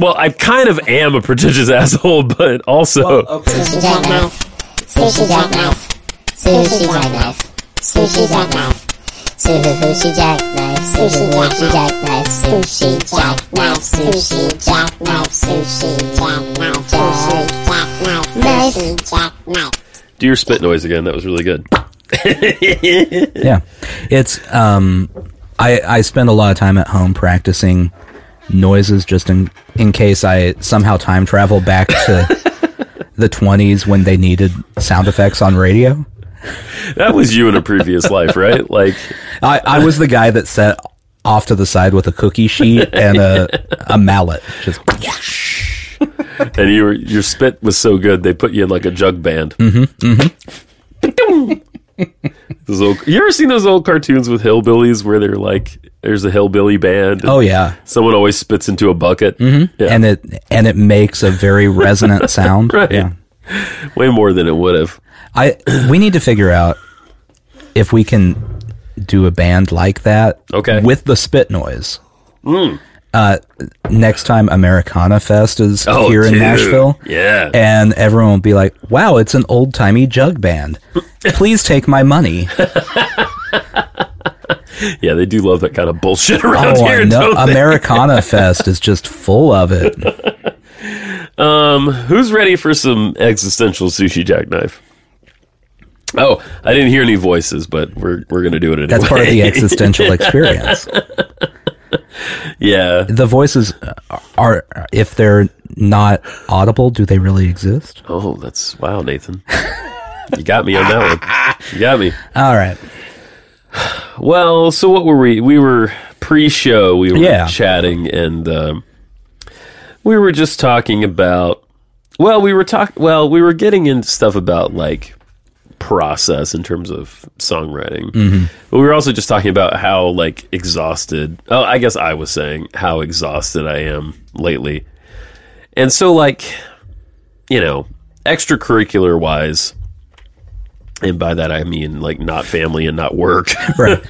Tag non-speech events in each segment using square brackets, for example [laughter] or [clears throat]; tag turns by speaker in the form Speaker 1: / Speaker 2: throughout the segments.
Speaker 1: Well, I kind of am a pretentious [laughs] asshole, but also
Speaker 2: uh,
Speaker 3: Okay.
Speaker 4: Sushi jackknife. Sushi jackknife. Sushi jackknife. Sushi jackknife. Sushi jackknife. Sushi jackknife. Sushi jackknife. Sushi jackknife. Sushi jackknife. Sushi jackknife. Sushi jackknife.
Speaker 1: do your spit noise again. That was really good.
Speaker 2: yeah it's um i i spend a lot of time at home practicing noises just in in case i somehow time travel back to
Speaker 1: [laughs]
Speaker 2: the 20s when they needed sound effects on radio
Speaker 1: That was you in a previous life, right? Like,
Speaker 2: i i was the guy that sat off to the side with a cookie sheet and a a mallet just
Speaker 1: and you were, your spit was so good they put you in like a jug band. Mm-hmm. Mm-hmm. [laughs] those old, you ever seen those old cartoons with hillbillies where they're like, "There's a hillbilly band." and
Speaker 2: oh yeah
Speaker 1: someone always spits into a bucket. Mm-hmm. Yeah,
Speaker 2: and it and it makes a very resonant
Speaker 1: [laughs]
Speaker 2: sound
Speaker 1: right.
Speaker 2: yeah
Speaker 1: Way more than it would have.
Speaker 2: i we need to figure out if we can do a band like that
Speaker 1: Okay. Hmm.
Speaker 2: with the spit noise uh, next time americana fest is
Speaker 1: Oh,
Speaker 2: here in
Speaker 1: dude.
Speaker 2: nashville
Speaker 1: Yeah.
Speaker 2: and everyone will be like wow it's an old-timey jug band please take
Speaker 1: [laughs]
Speaker 2: my money
Speaker 1: Yeah, they do love that kind of bullshit [laughs] around
Speaker 2: oh
Speaker 1: here.
Speaker 2: no
Speaker 1: don't they? [laughs]
Speaker 2: americana fest is just full of it
Speaker 1: Um, Who's ready for some existential sushi jackknife? Oh, I didn't hear any voices, but we're we're gonna do it anyway.
Speaker 2: that's part of the existential experience
Speaker 1: [laughs] yeah.
Speaker 2: the voices are if they're not audible do they really exist
Speaker 1: Oh, that's wow, Nathan. You got me on that one. You got me.
Speaker 2: all right
Speaker 1: Well, so what were we? We were pre-show. We were
Speaker 2: Yeah.
Speaker 1: chatting, and um, we were just talking about. Well, we were talking. Well, we were getting into stuff about like process in terms of songwriting, but we were also just talking about how like exhausted. Oh, I guess I was saying how exhausted I am lately, and so like, you know, extracurricular wise. And by that I mean like not family and not work.
Speaker 2: right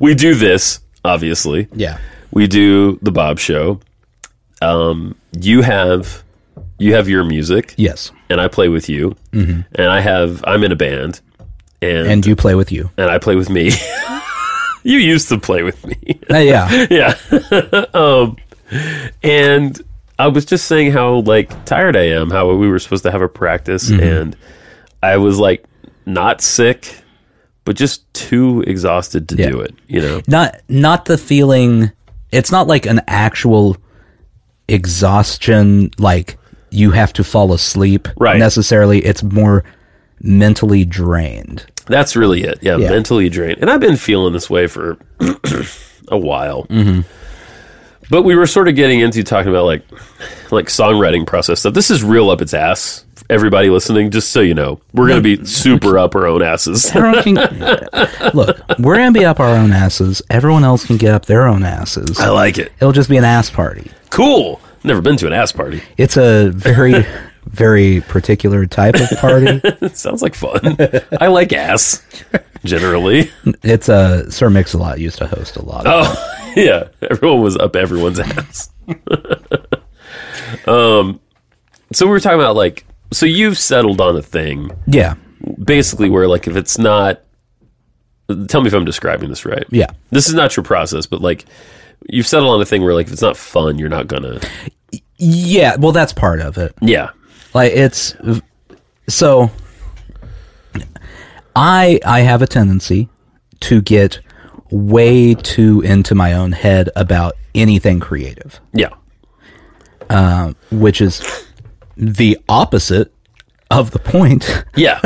Speaker 1: we do this obviously
Speaker 2: yeah
Speaker 1: we do the bob show um you have you have your music
Speaker 2: yes
Speaker 1: and i play with you and i have i'm in a band and
Speaker 2: Mm-hmm. and
Speaker 1: and,
Speaker 2: you play with you
Speaker 1: i play with me you used to play with me
Speaker 2: Uh, yeah
Speaker 1: [laughs] yeah um and i was just saying how like tired i am how we were supposed to have a practice
Speaker 2: Mm-hmm.
Speaker 1: and i was like not sick but just too exhausted to
Speaker 2: Yeah.
Speaker 1: do it you know
Speaker 2: not not the feeling it's not like an actual exhaustion like you have to fall asleep
Speaker 1: Right.
Speaker 2: necessarily it's more mentally drained
Speaker 1: That's really it. Yeah,
Speaker 2: Yeah.
Speaker 1: mentally drained. And I've been feeling this way for [clears throat] a while. But we were sort of getting into talking about like like songwriting process stuff. This is real up its ass. Everybody listening, just so you know, we're gonna be super up our own asses. [laughs]
Speaker 2: Everyone can, look we're gonna be up our own asses everyone else can get up their own asses
Speaker 1: I like it.
Speaker 2: it'll just be an ass party
Speaker 1: Cool. Never been to an ass party. [laughs]
Speaker 2: it's a very very particular type
Speaker 1: [laughs]
Speaker 2: of party
Speaker 1: It sounds like fun. I like ass generally. [laughs]
Speaker 2: it's a sir mix-a-lot used to host a lot of
Speaker 1: Oh, yeah. Everyone was up everyone's ass. [laughs] um, so we were talking about like, so you've settled on a thing
Speaker 2: yeah
Speaker 1: basically where like if it's not, tell me if I'm describing this right.
Speaker 2: yeah
Speaker 1: This is not your process, but like you've settled on a thing where like if it's not fun, you're not gonna.
Speaker 2: yeah well that's part of it
Speaker 1: Yeah.
Speaker 2: like it's so i i have a tendency to get way too into my own head about anything creative
Speaker 1: Yeah.
Speaker 2: which is the opposite of the point
Speaker 1: Yeah.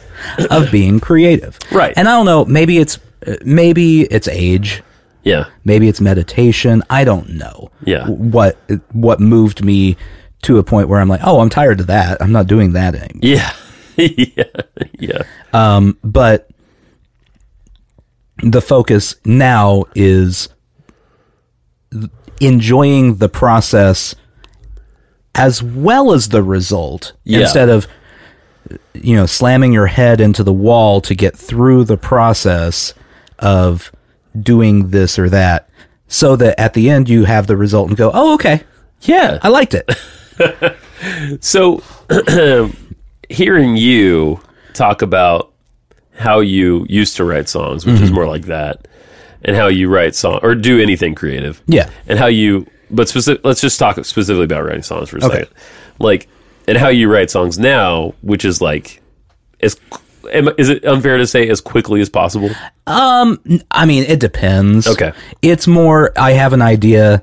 Speaker 1: [coughs]
Speaker 2: of being creative
Speaker 1: Right.
Speaker 2: and i don't know maybe it's maybe it's age
Speaker 1: yeah. [laughs]
Speaker 2: maybe it's meditation i don't know
Speaker 1: Yeah.
Speaker 2: what what moved me to a point where i'm like oh i'm tired of that i'm not doing that anymore
Speaker 1: Yeah. yeah. Yeah.
Speaker 2: but the focus now is enjoying the process as well as the result
Speaker 1: Yeah.
Speaker 2: instead of you know slamming your head into the wall to get through the process of doing this or that so that at the end you have the result and go oh okay
Speaker 1: Yeah.
Speaker 2: I liked it.
Speaker 1: So, [clears throat] hearing you talk about how you used to write songs, which
Speaker 2: Mm-hmm.
Speaker 1: is more like that, and how you write song or do anything creative,
Speaker 2: Yeah.
Speaker 1: and how you, but specific, let's just talk specifically about writing songs for a
Speaker 2: Okay.
Speaker 1: second, like, and how you write songs now, which is like, as am, is it unfair to say as quickly as possible?
Speaker 2: I mean, it depends.
Speaker 1: Okay.
Speaker 2: It's more, I have an idea.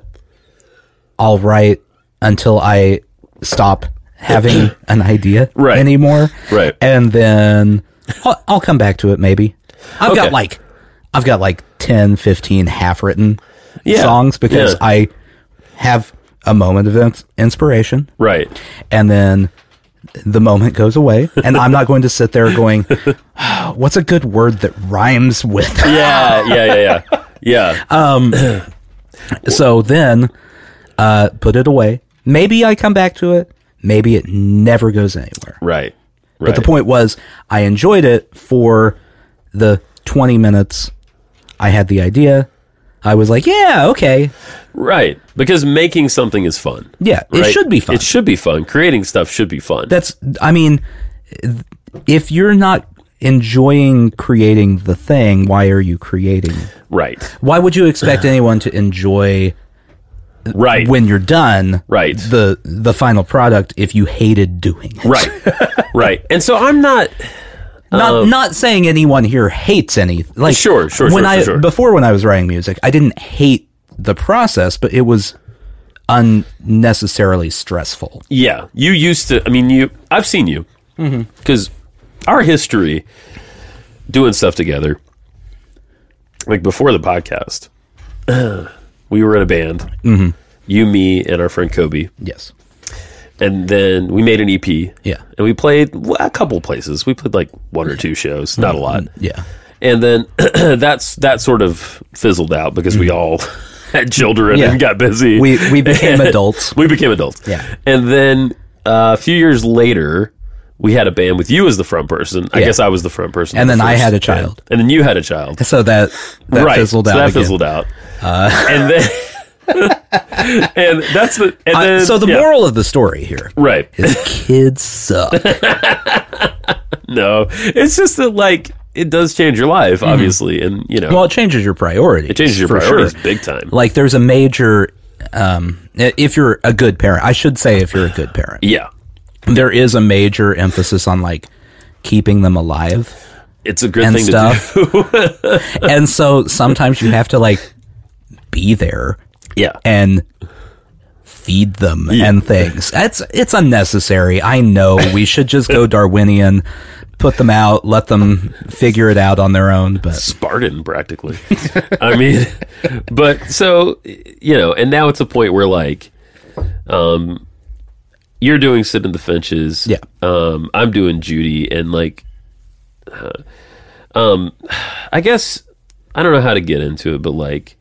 Speaker 2: I'll write until I stop
Speaker 1: [clears throat]
Speaker 2: having an idea
Speaker 1: Right.
Speaker 2: anymore.
Speaker 1: Right.
Speaker 2: And then I'll, I'll come back to it maybe. I've
Speaker 1: Okay.
Speaker 2: got like, I've got like 10, 15 half written
Speaker 1: Yeah.
Speaker 2: songs because
Speaker 1: Yeah.
Speaker 2: I have a moment of ins- inspiration
Speaker 1: Right.
Speaker 2: and then the moment goes away and i'm not going to sit
Speaker 1: [laughs]
Speaker 2: there going what's a good word that rhymes with
Speaker 1: Yeah. Yeah. Yeah.
Speaker 2: [laughs]
Speaker 1: Yeah. Yeah.
Speaker 2: Um, so then uh put it away maybe i come back to it maybe it never goes anywhere
Speaker 1: right. Right.
Speaker 2: but the point was i enjoyed it for the 20 minutes i had the idea i was like yeah okay
Speaker 1: Right. Because making something is fun.
Speaker 2: Yeah, it
Speaker 1: right?
Speaker 2: should be fun.
Speaker 1: It should be fun. Creating stuff should be fun.
Speaker 2: that's i mean if you're not enjoying creating the thing why are you creating
Speaker 1: right.
Speaker 2: why would you
Speaker 1: [sighs]
Speaker 2: expect anyone to enjoy
Speaker 1: Right.
Speaker 2: when you're done
Speaker 1: Right.
Speaker 2: the the final product if you hated doing it [laughs]
Speaker 1: right. right. And so I'm not
Speaker 2: not not saying anyone here hates any like
Speaker 1: Sure, sure,
Speaker 2: when
Speaker 1: sure,
Speaker 2: i
Speaker 1: sure, sure.
Speaker 2: before when i was writing music i didn't hate the process but it was unnecessarily stressful
Speaker 1: Yeah, you used to. I mean, you. I've seen you
Speaker 2: Mm-hmm.
Speaker 1: because our history doing stuff together. Like before the podcast, [clears throat] we were in a band. Mm-hmm. You, me, and our friend Kobe,
Speaker 2: yes
Speaker 1: and then we made an EP.
Speaker 2: Yeah.
Speaker 1: and we played well, a couple places. We played like one or two shows, not a lot.
Speaker 2: yeah
Speaker 1: And then [clears throat] that's that sort of fizzled out because we all [laughs] had children
Speaker 2: Mm-hmm. Yeah.
Speaker 1: and got busy.
Speaker 2: we we
Speaker 1: [laughs]
Speaker 2: became
Speaker 1: And-
Speaker 2: adults
Speaker 1: we became adults.
Speaker 2: Yeah.
Speaker 1: And then uh, a few years later, we had a band with you as the front person. I
Speaker 2: Yeah.
Speaker 1: guess I was the front person.
Speaker 2: And
Speaker 1: of the
Speaker 2: then I
Speaker 1: first
Speaker 2: had a child.
Speaker 1: band. And then you had a child.
Speaker 2: so that that
Speaker 1: right.
Speaker 2: fizzled
Speaker 1: So
Speaker 2: out
Speaker 1: that
Speaker 2: again. Uh,
Speaker 1: fizzled out. [laughs] and then. [laughs] and that's the. And
Speaker 2: I-
Speaker 1: then,
Speaker 2: Uh, so the
Speaker 1: yeah,
Speaker 2: moral of the story here
Speaker 1: Right.
Speaker 2: is kids suck
Speaker 1: [laughs] No. It's just that, like, it does change your life, obviously. And, you know,
Speaker 2: Mm-hmm. Well, it changes your priorities.
Speaker 1: it changes your
Speaker 2: for
Speaker 1: priorities
Speaker 2: sure.
Speaker 1: big time.
Speaker 2: Like, there's a major. Um, i- if you're a good parent, I should say, if you're a good parent,
Speaker 1: yeah.
Speaker 2: there is a major emphasis on like keeping them alive
Speaker 1: It's a good
Speaker 2: and
Speaker 1: thing to
Speaker 2: stuff. and so sometimes you have to like be there
Speaker 1: do. [laughs] Yeah.
Speaker 2: and feed them and things. It's it's unnecessary. I know we should just go Darwinian, put them out, let them figure it out on their own. But
Speaker 1: Spartan practically. I mean, but so you know, and now it's a point where like, um, you're doing sit in the finches.
Speaker 2: Yeah.
Speaker 1: Um, I'm doing Judy, and like, uh, um, I guess I don't know how to get into it, but like,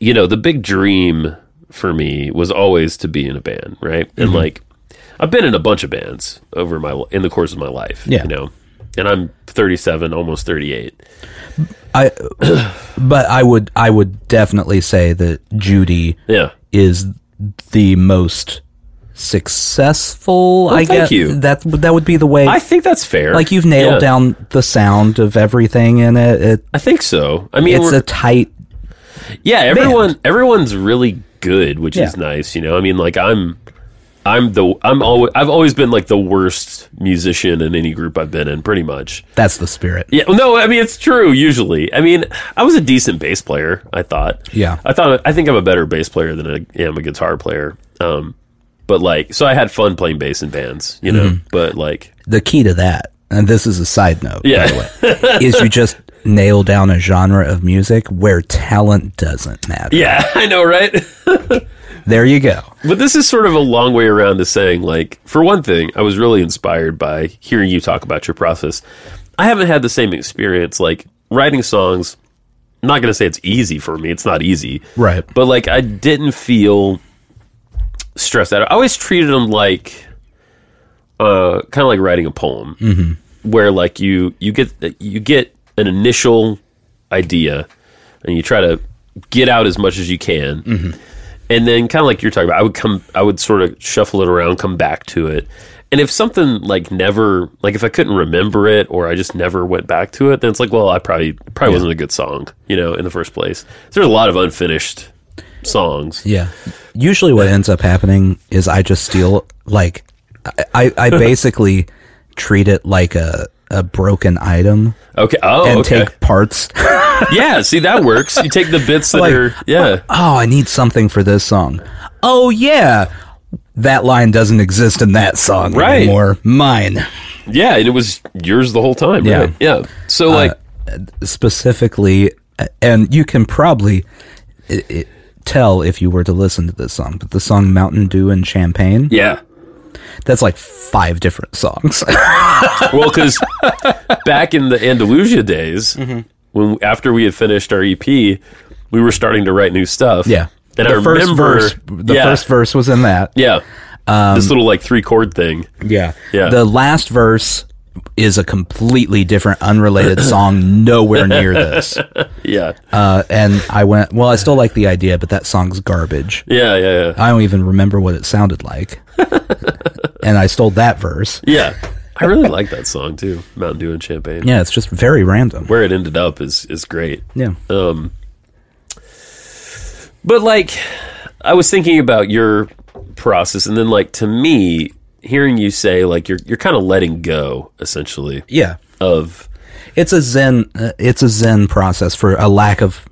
Speaker 1: you know, the big dream for me was always to be in a band, right?
Speaker 2: Mm-hmm.
Speaker 1: And like, I've been in a bunch of bands over my li- in the course of my life.
Speaker 2: Yeah.
Speaker 1: You know. And I'm 37, almost 38.
Speaker 2: I, but I would I would definitely say that Judy
Speaker 1: Yeah.
Speaker 2: is the most successful. I
Speaker 1: thank
Speaker 2: guess
Speaker 1: you.
Speaker 2: that that would be the way.
Speaker 1: I think that's fair.
Speaker 2: like you've nailed
Speaker 1: Yeah,
Speaker 2: down the sound of everything in it. it
Speaker 1: I think so. I mean,
Speaker 2: it's
Speaker 1: we're-
Speaker 2: a tight.
Speaker 1: yeah, everyone everyone's really good, which is
Speaker 2: Yeah.
Speaker 1: nice. You know, I mean, like I'm, I'm the I'm always I've always been like the worst musician in any group I've been in, pretty much.
Speaker 2: That's the spirit.
Speaker 1: Yeah, no, I mean it's true. Usually, I mean, I was a decent bass player. I thought.
Speaker 2: Yeah.
Speaker 1: I thought I think I'm a better bass player than I am a guitar player. Um, but like, so I had fun playing bass in bands, you know.
Speaker 2: Mm-hmm.
Speaker 1: But like,
Speaker 2: The key to that, and this is a side note,
Speaker 1: Yeah.
Speaker 2: by the
Speaker 1: [laughs]
Speaker 2: way, is you just nail down a genre of music where talent doesn't matter.
Speaker 1: yeah, [laughs] I know, right?
Speaker 2: There you go.
Speaker 1: But this is sort of a long way around to saying, like, for one thing, I was really inspired by hearing you talk about your process. I haven't had the same experience. Like, writing songs, I'm not going to say it's easy for me. It's not easy.
Speaker 2: Right.
Speaker 1: But, like, I didn't feel stressed out. I always treated them like, uh, kind of like writing a poem, where, like, you, you get, you get an initial idea and you try to get out as much as you can and then kind of like you're talking about, I would come, I would sort of shuffle it around, come back to it, and if something like never, like if I couldn't remember it or I just never went back to it, then it's like, well, I probably probably wasn't a good song, you know, in the first place. There's a lot of unfinished songs.
Speaker 2: Yeah. Usually, what ends up happening is I just steal like I I,
Speaker 1: [laughs]
Speaker 2: I basically treat it like a a broken item
Speaker 1: Okay. Oh,
Speaker 2: and
Speaker 1: okay.
Speaker 2: take parts.
Speaker 1: [laughs] yeah. See, that works. You take the bits that
Speaker 2: Like,
Speaker 1: are yeah.
Speaker 2: oh, I need something for this song. Oh yeah. That line doesn't exist in that song
Speaker 1: Right.
Speaker 2: anymore. Mine.
Speaker 1: Yeah, and it was yours the whole time.
Speaker 2: Yeah. Uh,
Speaker 1: right? yeah. So like,
Speaker 2: specifically, and you can probably i i tell if you were to listen to this song, but the song Mountain Dew and Champagne,
Speaker 1: yeah.
Speaker 2: that's like five different songs. [laughs]
Speaker 1: Well, because back in the Andalusia days, when after we had finished our EP, we were starting to write new stuff. [laughs] and
Speaker 2: the
Speaker 1: I
Speaker 2: first
Speaker 1: remember
Speaker 2: verse, the
Speaker 1: yeah,
Speaker 2: first Um, verse was in that.
Speaker 1: yeah, this little like three chord thing.
Speaker 2: Yeah.
Speaker 1: Yeah.
Speaker 2: The last verse is a completely different, unrelated
Speaker 1: [clears throat]
Speaker 2: song, nowhere
Speaker 1: [laughs]
Speaker 2: near this.
Speaker 1: Yeah,
Speaker 2: Uh, and I went, well, I still like the idea, but that song's garbage.
Speaker 1: yeah, yeah, yeah.
Speaker 2: I don't even remember what it sounded
Speaker 1: [laughs]
Speaker 2: like. and I stole that verse.
Speaker 1: yeah. I really like that song too, Mountain Dew and Champagne.
Speaker 2: Yeah, it's just very random.
Speaker 1: Where it ended up is is great.
Speaker 2: Yeah.
Speaker 1: But like, I was thinking about your process, and then like to me, hearing you say like you're you're kind of letting go essentially
Speaker 2: yeah.
Speaker 1: of
Speaker 2: It's a zen uh, it's a zen process for a lack of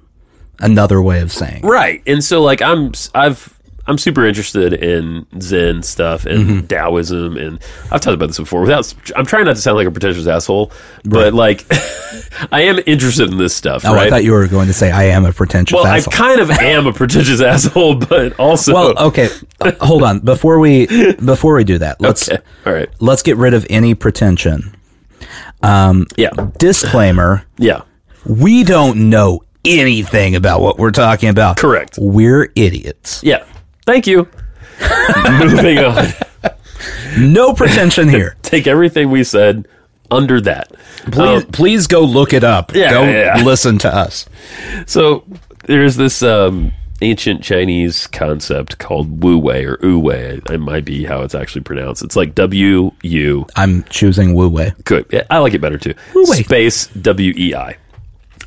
Speaker 2: another way of saying. it.
Speaker 1: right. And so like I'm I've I'm super interested in Zen stuff and
Speaker 2: Mm-hmm.
Speaker 1: Taoism, and I've talked about this before. Without I'm trying not to sound like a pretentious asshole, but like [laughs] I am interested in this stuff.
Speaker 2: Oh,
Speaker 1: right?
Speaker 2: I thought you were going to say I am a pretentious
Speaker 1: well,
Speaker 2: asshole.
Speaker 1: I kind of am a pretentious [laughs] asshole, but also
Speaker 2: well, okay. Uh, hold on. Before we
Speaker 1: [laughs]
Speaker 2: before we do that, let's
Speaker 1: okay, all right,
Speaker 2: let's get rid of any pretension.
Speaker 1: yeah,
Speaker 2: Disclaimer,
Speaker 1: yeah,
Speaker 2: we don't know anything about what we're talking about.
Speaker 1: Correct.
Speaker 2: We're idiots.
Speaker 1: yeah. Thank
Speaker 2: [laughs]
Speaker 1: you. Moving on. [laughs]
Speaker 2: No pretension here.
Speaker 1: take everything we said under that.
Speaker 2: Please, please go look it up.
Speaker 1: Um, Yeah,
Speaker 2: Don't
Speaker 1: yeah, yeah.
Speaker 2: listen to us.
Speaker 1: So there's this um, ancient Chinese concept called Wu Wei or Wu Wei. It might be how it's actually pronounced. It's like W U.
Speaker 2: I'm choosing Wu Wei.
Speaker 1: Good. Yeah, I like it better too.
Speaker 2: Wei.
Speaker 1: Space W E I.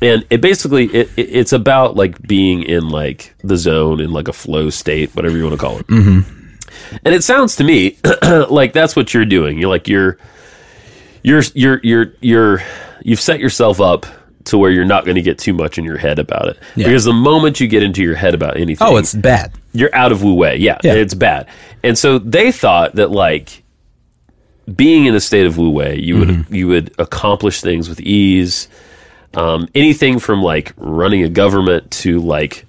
Speaker 1: And it basically it, it, it's about like being in like the zone in like a flow state, whatever you want to call it. Mm-hmm. And it sounds to me [clears throat] like that's what you're doing. You're like you're you're you're you're you're you've set yourself up to where you're not going to get too much in your head about it
Speaker 2: Yeah.
Speaker 1: because the moment you get into your head about anything
Speaker 2: Oh, it's bad.
Speaker 1: you're out of Wu Wei. Yeah,
Speaker 2: Yeah.
Speaker 1: it's bad. And so they thought that like being in a state of Wu Wei, you
Speaker 2: Mm-hmm.
Speaker 1: would you would accomplish things with ease. Um, anything from like running a government to like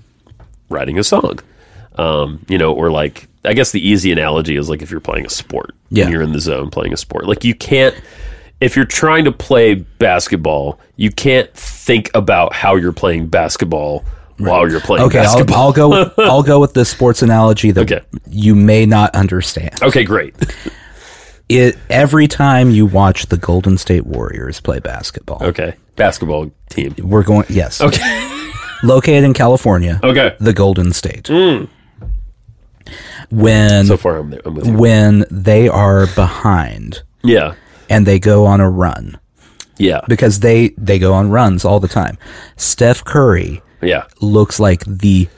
Speaker 1: writing a song, um, you know, or like I guess the easy analogy is like if you're playing a sport, and
Speaker 2: Yeah.
Speaker 1: you're in the zone playing a sport. Like you can't. If you're trying to play basketball, you can't think about how you're playing basketball while you're playing
Speaker 2: Okay, I'll,
Speaker 1: basketball. [laughs]
Speaker 2: I'll go. I'll go with this sports analogy that
Speaker 1: Okay.
Speaker 2: you may not understand.
Speaker 1: okay, great.
Speaker 2: It every time you watch the Golden State Warriors play basketball.
Speaker 1: Okay. Basketball team.
Speaker 2: We're going.
Speaker 1: [laughs]
Speaker 2: Yes.
Speaker 1: Okay.
Speaker 2: Located in California.
Speaker 1: Okay. Mm.
Speaker 2: The Golden State. When
Speaker 1: So far, I'm, there. I'm with you.
Speaker 2: when they are behind
Speaker 1: Yeah.
Speaker 2: and they go on a run
Speaker 1: Yeah.
Speaker 2: because they they go on runs all the time. Steph Curry
Speaker 1: Yeah.
Speaker 2: looks like the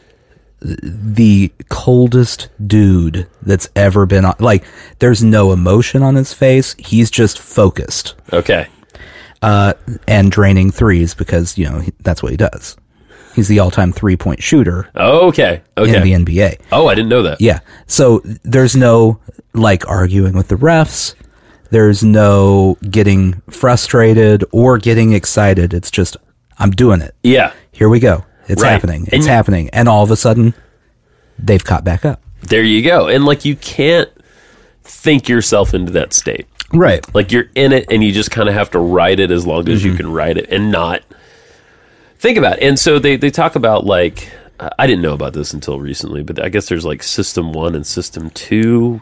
Speaker 2: the coldest dude that's ever been on like there's no emotion on his face he's just focused
Speaker 1: Okay.
Speaker 2: and draining threes because you know he, that's what he does he's the all-time three-point shooter
Speaker 1: Okay. Okay.
Speaker 2: in the nba
Speaker 1: oh, I didn't know that.
Speaker 2: yeah so there's no like arguing with the refs there's no getting frustrated or getting excited it's just i'm doing it
Speaker 1: Yeah.
Speaker 2: here we go. It's
Speaker 1: Right.
Speaker 2: happening.
Speaker 1: And-
Speaker 2: It's happening. And all of a sudden, they've caught back up.
Speaker 1: There you go. And like, you can't think yourself into that state.
Speaker 2: Right.
Speaker 1: Like, you're in it and you just kind of have to ride it as long as you can ride it and not think about it. And so they, they talk about like, I I didn't know about this until recently, but I guess there's like system one and system two.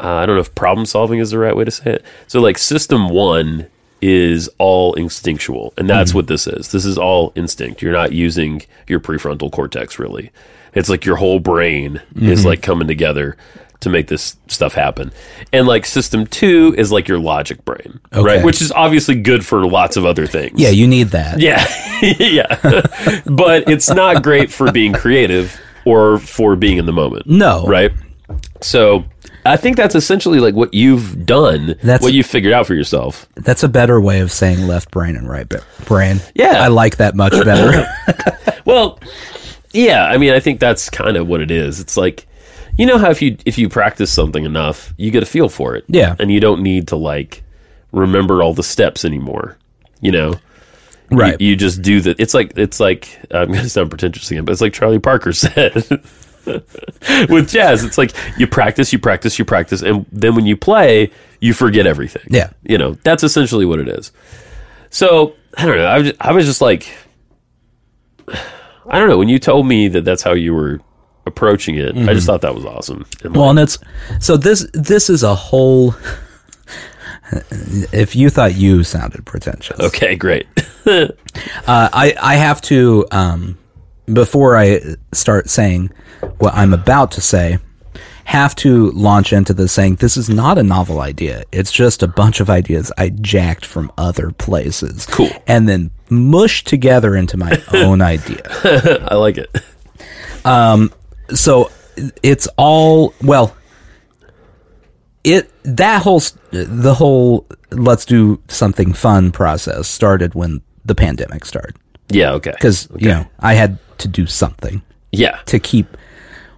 Speaker 1: Uh, I don't know if problem solving is the right way to say it. So, like, system one is all
Speaker 2: Mm-hmm.
Speaker 1: instinctual, and that's what this is. This is all instinct. You're not using your prefrontal cortex really. It's like your whole brain is
Speaker 2: Mm-hmm.
Speaker 1: like coming together to make this stuff happen. And like system two is like your logic brain,
Speaker 2: Okay.
Speaker 1: right? Which is obviously good for lots of other things.
Speaker 2: Yeah, you need that.
Speaker 1: Yeah. [laughs] yeah. but it's not great for being creative or for being in the moment.
Speaker 2: No.
Speaker 1: Right? So I think that's essentially like what you've done,
Speaker 2: That's-
Speaker 1: what you figured out for yourself.
Speaker 2: That's a better way of saying left brain and right bra- brain.
Speaker 1: Yeah.
Speaker 2: I like that much
Speaker 1: [coughs]
Speaker 2: better. [coughs]
Speaker 1: Well, yeah, I mean, I think that's kind of what it is. It's like you know how if you if you practice something enough, you get a feel for it.
Speaker 2: Yeah.
Speaker 1: And you don't need to like remember all the steps anymore. You know?
Speaker 2: right.
Speaker 1: You, you just do the it's like it's like I'm gonna sound pretentious again, but it's like Charlie Parker [laughs] said. With jazz, it's like you practice, you practice, you practice, and then when you play, you forget everything.
Speaker 2: Yeah.
Speaker 1: You know, that's essentially what it is. So, I don't know. I was just, I was just like, I don't know. When you told me that that's how you were approaching it, I
Speaker 2: Mm-hmm.
Speaker 1: just thought that was awesome. And
Speaker 2: Well, and it's so this this is a whole. [laughs] If you thought you sounded pretentious,
Speaker 1: like, okay, great. [laughs]
Speaker 2: uh, I I have to um, before I start saying what I'm about to say, have to launch into this saying this is not a novel idea. It's just a bunch of ideas I jacked from other places,
Speaker 1: Cool.
Speaker 2: and then mushed together
Speaker 1: [laughs]
Speaker 2: into my own idea.
Speaker 1: I like it.
Speaker 2: so it's all well it that whole s- the whole let's do something fun process started when the pandemic started
Speaker 1: Yeah, okay.
Speaker 2: because you know i had to do something
Speaker 1: yeah,
Speaker 2: to keep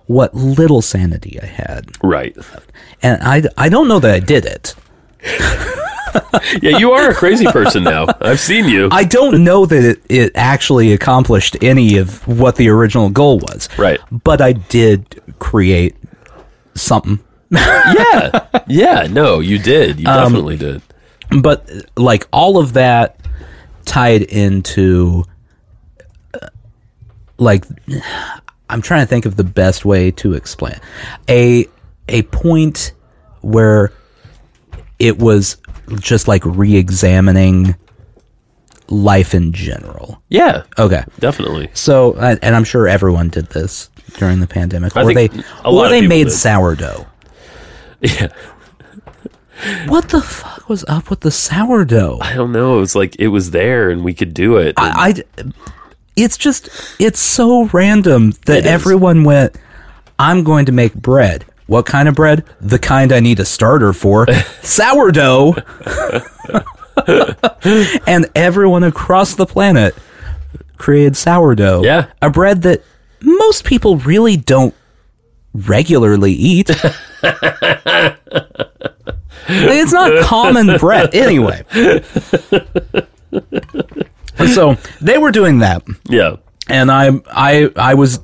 Speaker 2: what little sanity i had
Speaker 1: right.
Speaker 2: and i i don't know that i did it
Speaker 1: Yeah, you are a crazy person now. I've seen you.
Speaker 2: i don't know that it, it actually accomplished any of what the original goal was
Speaker 1: Right.
Speaker 2: but i did create something
Speaker 1: yeah, yeah. No, you did. You
Speaker 2: Um,
Speaker 1: definitely did.
Speaker 2: but like all of that tied into uh, like i'm trying to think of the best way to explain it. a a point where it was just like re-examining life in general
Speaker 1: Yeah,
Speaker 2: okay
Speaker 1: definitely.
Speaker 2: so uh, and i'm sure everyone did this during the pandemic
Speaker 1: I
Speaker 2: or they
Speaker 1: think a lot
Speaker 2: or
Speaker 1: of
Speaker 2: they
Speaker 1: people
Speaker 2: made
Speaker 1: did.
Speaker 2: sourdough
Speaker 1: [laughs] Yeah,
Speaker 2: what the fuck was up with the sourdough
Speaker 1: I don't know. It was like it was there, and we could do it. and-
Speaker 2: I, I- it's just it's so random that
Speaker 1: It is.
Speaker 2: everyone went i'm going to make bread what kind of bread the kind i need a starter
Speaker 1: [laughs]
Speaker 2: for sourdough and everyone across the planet created sourdough
Speaker 1: Yeah.
Speaker 2: a bread that most people really don't regularly eat it's not common bread anyway so they were doing that
Speaker 1: yeah,
Speaker 2: and I I I was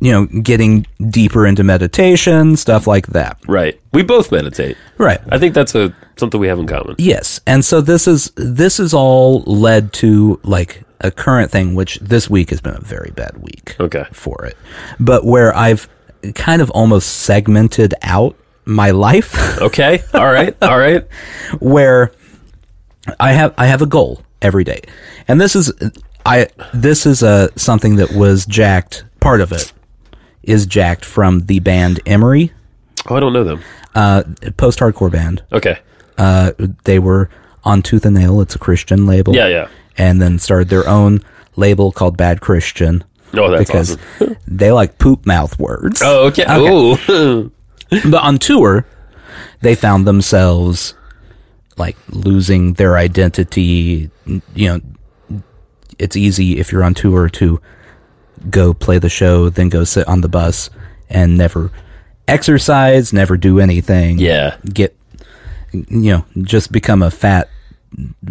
Speaker 2: you know getting deeper into meditation stuff like that
Speaker 1: right. We both meditate.
Speaker 2: right
Speaker 1: I think that's a something we have in common.
Speaker 2: yes and so this is this is all led to like a current thing which this week has been a very bad week
Speaker 1: Okay.
Speaker 2: for it but where I've kind of almost segmented out my life [laughs]
Speaker 1: Okay. All right. All right.
Speaker 2: where I have I have a goal every day and this is I this is a something that was jacked part of it is jacked from the band Emery
Speaker 1: Oh, I don't know them.
Speaker 2: uh, post hardcore band.
Speaker 1: Okay.
Speaker 2: Uh, they were on Tooth and Nail. It's a Christian label.
Speaker 1: Yeah, yeah.
Speaker 2: And then started their own label called Bad Christian
Speaker 1: Oh, that's
Speaker 2: because
Speaker 1: awesome. [laughs]
Speaker 2: they like poop mouth words.
Speaker 1: Oh, okay.
Speaker 2: [laughs]
Speaker 1: Oh,
Speaker 2: But on tour, they found themselves like losing their identity. You know, it's easy if you're on tour to go play the show, then go sit on the bus and never exercise, never do anything
Speaker 1: yeah.
Speaker 2: get you know just become a fat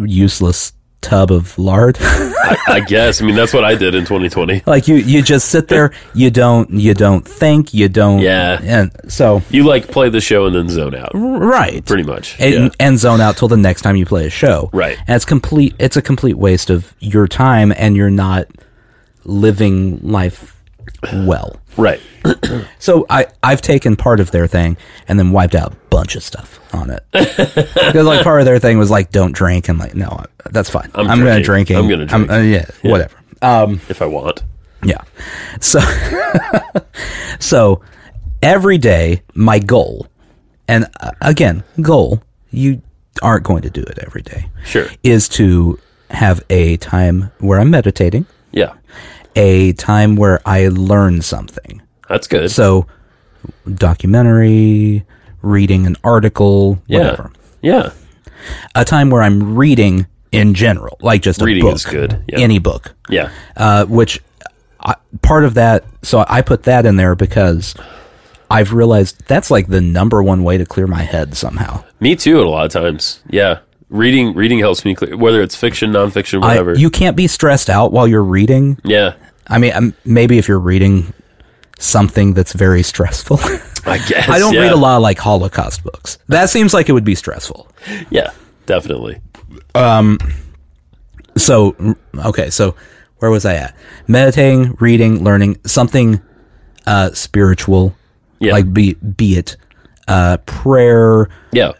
Speaker 2: useless tub of lard [laughs]
Speaker 1: I, I guess. I mean, that's what I did in 2020.
Speaker 2: like you you just sit there you don't you don't think you don't
Speaker 1: Yeah.
Speaker 2: and so
Speaker 1: You like play the show and then zone out,
Speaker 2: right
Speaker 1: pretty much.
Speaker 2: and,
Speaker 1: yeah.
Speaker 2: and zone out till the next time you play a show
Speaker 1: Right.
Speaker 2: and it's complete it's a complete waste of your time and you're not living life well
Speaker 1: Right.
Speaker 2: So I I've taken part of their thing and then wiped out a bunch of stuff
Speaker 1: [laughs]
Speaker 2: on it. Because like part of their thing was like don't drink and like no I- that's fine. I'm, uh, gonna
Speaker 1: drinking.
Speaker 2: drinking.
Speaker 1: I'm gonna drink.
Speaker 2: uh, yeah, whatever.
Speaker 1: If I want.
Speaker 2: Yeah. So [laughs] so every day my goal and uh, again, goal, you aren't going to do it every day.
Speaker 1: Sure.
Speaker 2: Is to have a time where I'm meditating,
Speaker 1: Yeah.
Speaker 2: a time where I learn something.
Speaker 1: That's good.
Speaker 2: So documentary, reading an article,
Speaker 1: yeah.
Speaker 2: whatever.
Speaker 1: Yeah.
Speaker 2: A time where I'm reading in general, like just a
Speaker 1: Reading
Speaker 2: book,
Speaker 1: is good, yeah.
Speaker 2: Any book.
Speaker 1: Yeah.
Speaker 2: uh, which I, part of that. So I put that in there because I've realized that's like the number one way to clear my head somehow.
Speaker 1: Me too. A lot of times. Yeah. Reading reading helps me clear whether it's fiction, nonfiction,
Speaker 2: I-
Speaker 1: whatever.
Speaker 2: you can't be stressed out while you're reading.
Speaker 1: yeah.
Speaker 2: I mean, um, maybe if you're reading something that's very stressful. [laughs]
Speaker 1: I guess.
Speaker 2: I don't
Speaker 1: yeah.
Speaker 2: read a lot of like Holocaust books. That seems like it would be stressful.
Speaker 1: Yeah. Definitely.
Speaker 2: So, mm, okay, so where was I at? Meditating, reading, learning something uh spiritual.
Speaker 1: Yeah.
Speaker 2: Like be be it uh prayer,
Speaker 1: Yeah.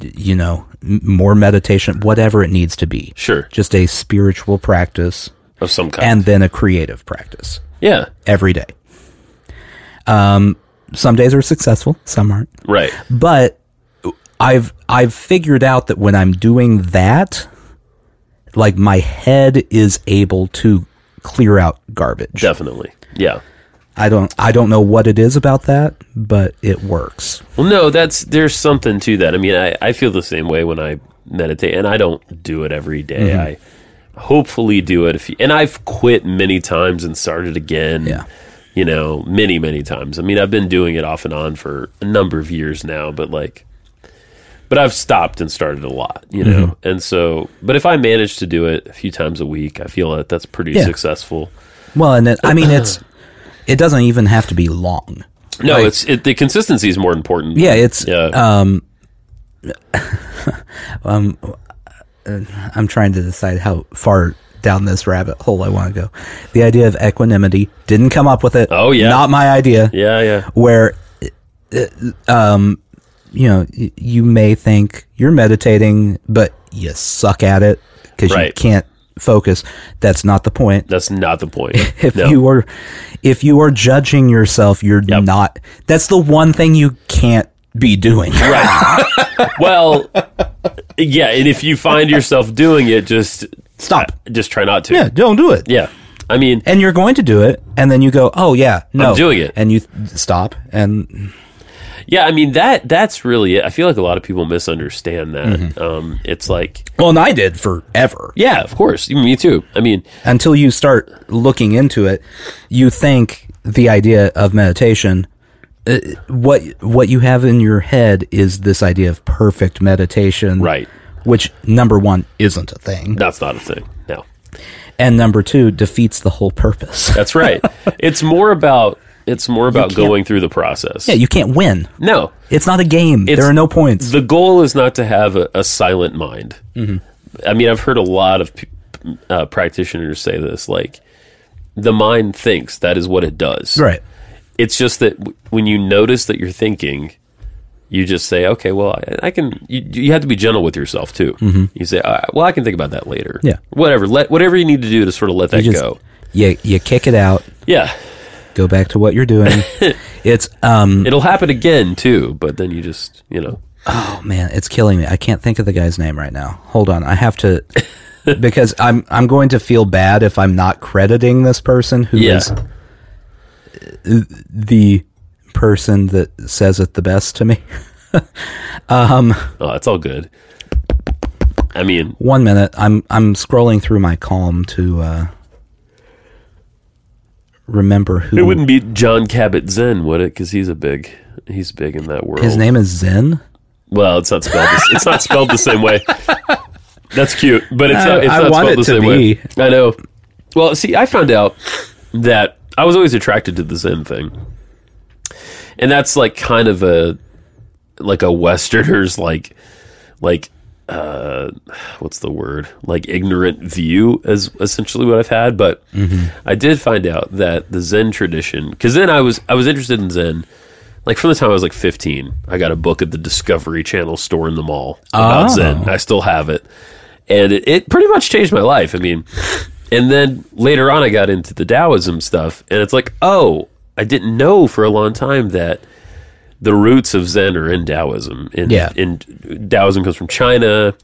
Speaker 2: you know, m- more meditation, whatever it needs to be.
Speaker 1: Sure.
Speaker 2: Just a spiritual practice
Speaker 1: Of some kind.
Speaker 2: and then a creative practice
Speaker 1: yeah.
Speaker 2: every day. Um, some days are successful, some aren't.
Speaker 1: Right.
Speaker 2: But I've I've figured out that when I'm doing that, like my head is able to clear out garbage.
Speaker 1: Definitely. Yeah.
Speaker 2: I don't I don't know what it is about that, but it works.
Speaker 1: Well, no, that's there's something to that. I mean, I, I feel the same way when I meditate, and I don't do it every day.
Speaker 2: Mm-hmm.
Speaker 1: I hopefully do it, a few, and I've quit many times and started again.
Speaker 2: Yeah.
Speaker 1: you know, many many times. I mean, I've been doing it off and on for a number of years now, but like, but I've stopped and started a lot, you know,
Speaker 2: Mm-hmm.
Speaker 1: and so. But if I manage to do it a few times a week, I feel that that's pretty
Speaker 2: Yeah.
Speaker 1: successful.
Speaker 2: Well, and it, I mean it's it doesn't even have to be long.
Speaker 1: No,
Speaker 2: Like-
Speaker 1: it's it, the consistency is more important.
Speaker 2: Yeah, Um, it's
Speaker 1: yeah,
Speaker 2: I'm trying to decide how far down this rabbit hole I want to go. The idea of equanimity didn't come up with it.
Speaker 1: Oh, yeah.
Speaker 2: not my idea.
Speaker 1: yeah, yeah.
Speaker 2: Where, uh, um, you know, y- you may think you're meditating, but you suck at it because you
Speaker 1: Right.
Speaker 2: can't focus. That's not the point.
Speaker 1: That's not the point.
Speaker 2: [laughs] If
Speaker 1: No.
Speaker 2: you are, if you are judging yourself, you're not. That's the one thing you can't be doing.
Speaker 1: Right. well, yeah, and if you find yourself doing it, just uh,
Speaker 2: Stop.
Speaker 1: just try not to.
Speaker 2: [laughs] Yeah, don't do it.
Speaker 1: Yeah. I mean,
Speaker 2: and you're going to do it, and then you go, "Oh yeah, no,
Speaker 1: I'm doing it.
Speaker 2: and you th- stop, and
Speaker 1: yeah, I mean that that's really it. I feel like a lot of people misunderstand that.
Speaker 2: Mm-hmm.
Speaker 1: Um, it's like,
Speaker 2: well, and I did forever
Speaker 1: yeah, of course, me too. I mean,
Speaker 2: until you start looking into it. You think the idea of meditation, uh, what what you have in your head is this idea of perfect meditation,
Speaker 1: Right.
Speaker 2: Which number one isn't a thing,
Speaker 1: that's not a thing. No.
Speaker 2: and number two defeats the whole
Speaker 1: [laughs]
Speaker 2: purpose.
Speaker 1: That's
Speaker 2: [laughs]
Speaker 1: right. it's more about it's more about
Speaker 2: can't-
Speaker 1: going through the process.
Speaker 2: yeah, you can't win.
Speaker 1: no.
Speaker 2: It's not a game.
Speaker 1: It's-
Speaker 2: there are no points.
Speaker 1: The goal is not to have a, a silent mind.
Speaker 2: Mm-hmm.
Speaker 1: I mean, I've heard a lot of p- uh, practitioners say this. Like, the mind thinks that is what it does.
Speaker 2: right.
Speaker 1: It's just that w- when you notice that you're thinking, you just say, "Okay, well, I, I can." You, you have to be gentle with yourself too. You say, "Ah, "Well, I can think about that later."
Speaker 2: Mm-hmm. Yeah.
Speaker 1: whatever. Let whatever you need to do to sort of let that
Speaker 2: You just
Speaker 1: go.
Speaker 2: you you kick it out.
Speaker 1: Yeah,
Speaker 2: Go back to what you're
Speaker 1: [laughs]
Speaker 2: doing. it's um
Speaker 1: it'll happen again too. But then you just, you know,
Speaker 2: Oh man, it's killing me. I can't think of the guy's name right now. Hold on, I have to because I'm I'm going to feel bad if I'm not crediting this person who
Speaker 1: Yeah.
Speaker 2: is the person that says it the best to me. [laughs]
Speaker 1: oh, it's all good. I mean,
Speaker 2: One minute, I'm I'm scrolling through my Calm to uh, remember
Speaker 1: It
Speaker 2: who
Speaker 1: wouldn't be John Cabot Zen, would it? Because he's a big, he's big in that world.
Speaker 2: his name is Zen.
Speaker 1: Well, it's not spelled. The, it's not spelled the same way. That's cute, but it's not. It's
Speaker 2: Uh, I- I
Speaker 1: not
Speaker 2: want
Speaker 1: spelled the
Speaker 2: it to
Speaker 1: same
Speaker 2: be.
Speaker 1: way. I know. Well, see, I found out that I was always attracted to the Zen thing, and that's like kind of a like a Westerner's like like uh what's the word like ignorant view is essentially what i've had but
Speaker 2: Mm-hmm.
Speaker 1: i did find out that the zen tradition because then i was i was interested in zen like from the time I was like 15, I got a book at the Discovery Channel store in the mall about
Speaker 2: Oh.
Speaker 1: Zen. I still have it, and it, it pretty much changed my life. I mean, And then later on, I got into the Taoism stuff, and it's like, oh, I didn't know for a long time that the roots of Zen are in Taoism. And,
Speaker 2: Yeah.
Speaker 1: and Taoism comes from China.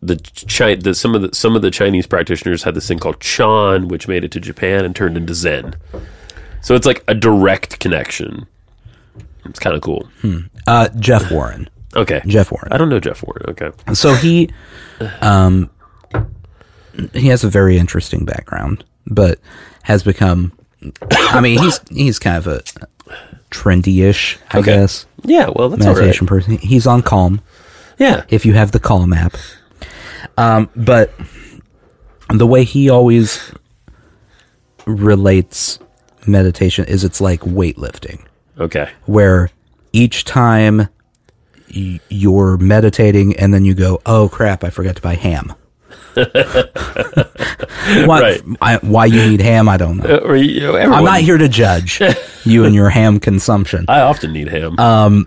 Speaker 1: The, Chi- the some of the some of the Chinese practitioners had this thing called Chan, which made it to Japan and turned into Zen. So it's like a direct connection. It's kind of cool.
Speaker 2: Uh, Jeff Warren.
Speaker 1: Okay,
Speaker 2: Jeff Warren.
Speaker 1: I don't know Jeff Ward. Okay, [sighs]
Speaker 2: So he, um, he has a very interesting background, but has become. I mean, he's he's kind of a trendy-ish, I
Speaker 1: Okay.
Speaker 2: guess,
Speaker 1: yeah. Well, that's all right.
Speaker 2: meditation person. He's on Calm.
Speaker 1: Yeah,
Speaker 2: if you have the Calm app. Um, but the way he always relates meditation is it's like weightlifting,
Speaker 1: Okay.
Speaker 2: where each time y- you're meditating and then you go, oh crap, I forgot to
Speaker 1: [laughs]
Speaker 2: buy ham. why,
Speaker 1: Right.
Speaker 2: I, why you need ham, I don't know.
Speaker 1: Uh, Or you know,
Speaker 2: I'm
Speaker 1: everyone.
Speaker 2: not here to judge
Speaker 1: [laughs]
Speaker 2: you and your ham consumption.
Speaker 1: I often need ham.
Speaker 2: Uh,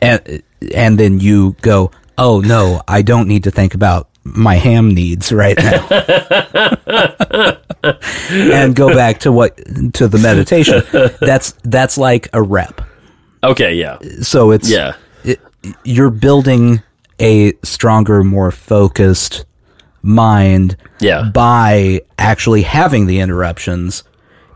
Speaker 2: and and then you go, "Oh no, I don't need to think about my ham needs
Speaker 1: [laughs]
Speaker 2: right now." and go back to what to the meditation. That's that's like a rep.
Speaker 1: okay. Yeah.
Speaker 2: So it's
Speaker 1: Yeah.
Speaker 2: it, you're building a stronger, more focused mind
Speaker 1: Yeah.
Speaker 2: by actually having the interruptions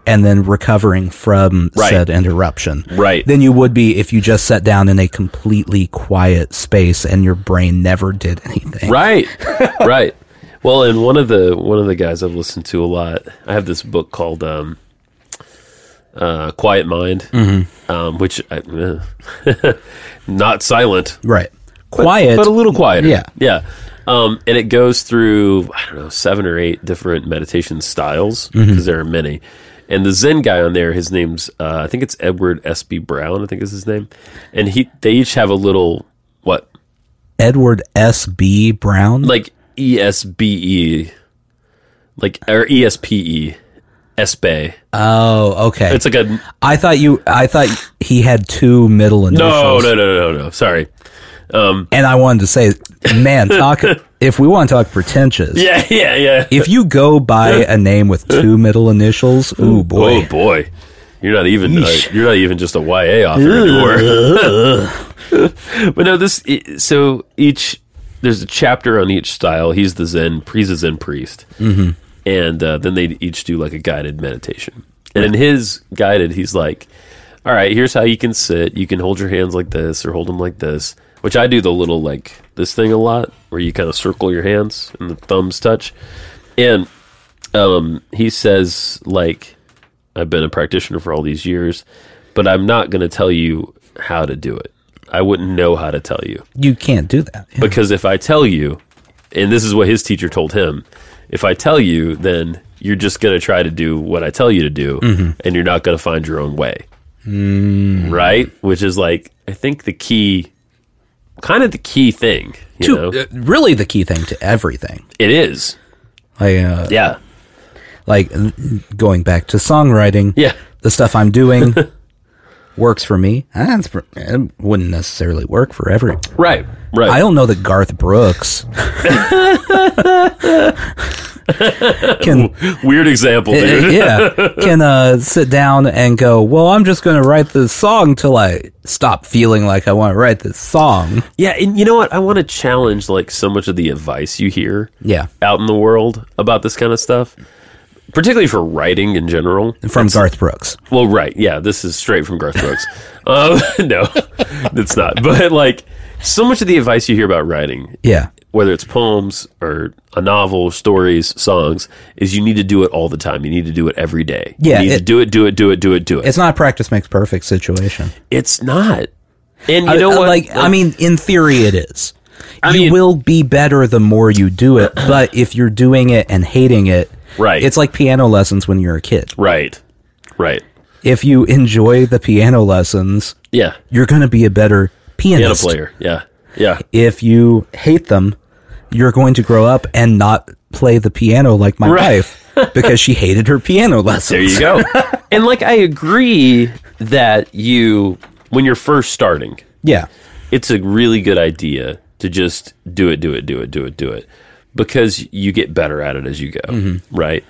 Speaker 2: and then recovering from
Speaker 1: Right.
Speaker 2: said interruption.
Speaker 1: Right.
Speaker 2: Than you would be if you just sat down in a completely quiet space and your brain never did anything. [laughs]
Speaker 1: Right. right. Well, and one of the one of the guys I've listened to a lot. I have this book called um, uh, Quiet Mind,
Speaker 2: Mm-hmm.
Speaker 1: um, which I, [laughs] eh. not silent,
Speaker 2: Right.
Speaker 1: but-
Speaker 2: Quiet.
Speaker 1: but a little quieter.
Speaker 2: Yeah.
Speaker 1: yeah. Um, and it goes through I don't know seven or eight different meditation styles
Speaker 2: Mm-hmm.
Speaker 1: because there are many. And the Zen guy on there, his name's uh, I think it's Edward S. B. Brown, I think is his name, and he they each have a little what
Speaker 2: Edward S. B. Brown.
Speaker 1: like E ESBE, E, like or E ESPE, SBE.
Speaker 2: oh, okay.
Speaker 1: E. It's like a
Speaker 2: I thought you. I thought he had two middle initials.
Speaker 1: no, no, no, no, no. Sorry. [laughs]
Speaker 2: And I wanted to say, man, talk. if we want to talk pretentious,
Speaker 1: Yeah, yeah, yeah.
Speaker 2: if you go by a name with two middle initials, ooh boy.
Speaker 1: Oh boy, you're not even uh,
Speaker 2: Yeesh.
Speaker 1: you're not even just a YA author
Speaker 2: [laughs]
Speaker 1: anymore. [laughs] but no, this i- so each there's a chapter on each style. He's the Zen, he's a Zen priest, mm-hmm. and uh, then they each do like a guided meditation. And in his guided, he's like, "All right, here's how you can sit. You can hold your hands like this, or hold them like this." Which I do the little like this thing a lot, where you kind of circle your hands and the thumbs touch, and um, he says like I've been a practitioner for all these years, but I'm not going to tell you how to do it. I wouldn't know how to tell you
Speaker 2: You can't do that.
Speaker 1: because if I tell you, and this is what his teacher told him, if I tell you, then you're just going to try to do what I tell you to do,
Speaker 2: Mm-hmm.
Speaker 1: and you're not going to find your own way.
Speaker 2: Mm.
Speaker 1: Right? Which is like, I think the key, kind of the key thing. You
Speaker 2: To,
Speaker 1: know?
Speaker 2: uh, really, the key thing to everything.
Speaker 1: it is.
Speaker 2: Like, uh,
Speaker 1: Yeah.
Speaker 2: like n- going back to songwriting.
Speaker 1: Yeah.
Speaker 2: the stuff I'm doing
Speaker 1: [laughs]
Speaker 2: works for me. Ah, That's pr- it wouldn't necessarily work for every.
Speaker 1: Right. Right.
Speaker 2: I don't know that Garth Brooks
Speaker 1: [laughs]
Speaker 2: can
Speaker 1: Weird example, [laughs]
Speaker 2: Uh,
Speaker 1: dude.
Speaker 2: yeah can uh sit down and go well i'm just gonna write this song till i stop feeling like i want to write this song
Speaker 1: Yeah, and you know what? I want to challenge like so much of the advice you hear
Speaker 2: yeah
Speaker 1: out in the world about this kind of stuff, particularly for writing in general.
Speaker 2: from garth brooks
Speaker 1: Well, right, yeah, this is straight from Garth
Speaker 2: [laughs]
Speaker 1: Brooks. um, [laughs] no, it's not. But like, so much of the advice you hear about writing,
Speaker 2: yeah
Speaker 1: whether it's poems or a novel, stories, songs, is you need to do it all the time. You need to do it every day.
Speaker 2: Yeah,
Speaker 1: you need to
Speaker 2: it-
Speaker 1: do it, do it, do it, do it, do it.
Speaker 2: it's not a practice makes perfect situation
Speaker 1: It's not. And you know
Speaker 2: Uh,
Speaker 1: what?
Speaker 2: like i mean in theory it is
Speaker 1: I
Speaker 2: you
Speaker 1: mean-
Speaker 2: will be better the more you
Speaker 1: [clears throat]
Speaker 2: do it but if you're doing it and hating it
Speaker 1: Right.
Speaker 2: it's like piano lessons when you're a kid
Speaker 1: right, right,
Speaker 2: if you enjoy the piano lessons
Speaker 1: yeah,
Speaker 2: you're gonna be a better
Speaker 1: piano
Speaker 2: pianist
Speaker 1: player, yeah, yeah.
Speaker 2: if you hate them, you're going to grow up and not play the piano like my
Speaker 1: Right. [laughs]
Speaker 2: wife because she hated her piano lessons.
Speaker 1: There you go. [laughs] and like I agree that you when you're first starting,
Speaker 2: [laughs] Yeah.
Speaker 1: it's a really good idea to just do it, do it, do it, do it, do it. because you get better at it as you go,
Speaker 2: Mm-hmm.
Speaker 1: right?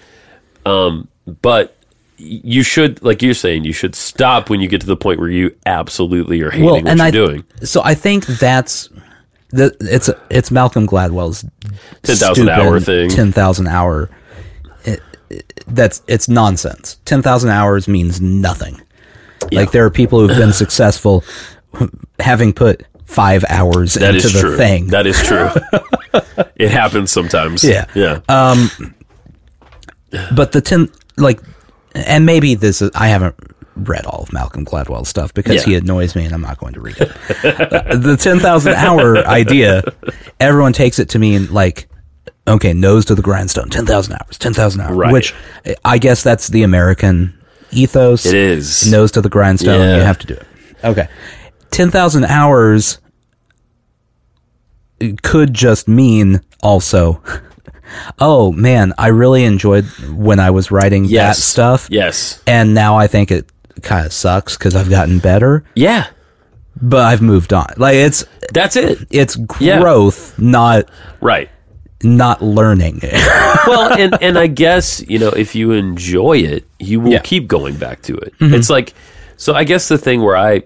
Speaker 1: Um, but you should, like you're saying, you should stop when you get to the point where you absolutely are hating what you're
Speaker 2: I
Speaker 1: doing.
Speaker 2: so I think that's the it's it's Malcolm Gladwell's
Speaker 1: 10,000
Speaker 2: stupid
Speaker 1: hour thing.
Speaker 2: Ten thousand hour. It- it- that's it's nonsense. Ten thousand hours means nothing. Like there are people who've been successful having put five hours
Speaker 1: That
Speaker 2: into
Speaker 1: is
Speaker 2: the
Speaker 1: true.
Speaker 2: thing.
Speaker 1: That is
Speaker 2: [laughs]
Speaker 1: true. it happens sometimes.
Speaker 2: Yeah. Uh,
Speaker 1: Yeah.
Speaker 2: but the ten like and maybe this is i haven't read all of malcolm gladwell's stuff because
Speaker 1: Yeah.
Speaker 2: he annoys me and i'm not going to read it [laughs] the 10000 hour idea everyone takes it to mean like okay nose to the grindstone 10000 hours 10000 hours
Speaker 1: Right.
Speaker 2: which i guess that's the american ethos
Speaker 1: it is.
Speaker 2: nose to the grindstone
Speaker 1: Yeah.
Speaker 2: you have to do it okay 10000 hours could just mean also [laughs] oh man i really enjoyed when i was writing
Speaker 1: Yes.
Speaker 2: that stuff
Speaker 1: Yes.
Speaker 2: and now i think it kind of sucks because i've gotten better
Speaker 1: Yeah.
Speaker 2: but i've moved on like it's
Speaker 1: That's it.
Speaker 2: it's
Speaker 1: Yeah.
Speaker 2: growth not
Speaker 1: Right.
Speaker 2: not learning [laughs]
Speaker 1: well, and and I guess you know if you enjoy it, you will
Speaker 2: Yeah. Mm-hmm.
Speaker 1: keep going back to it. It's like so. I guess the thing where I,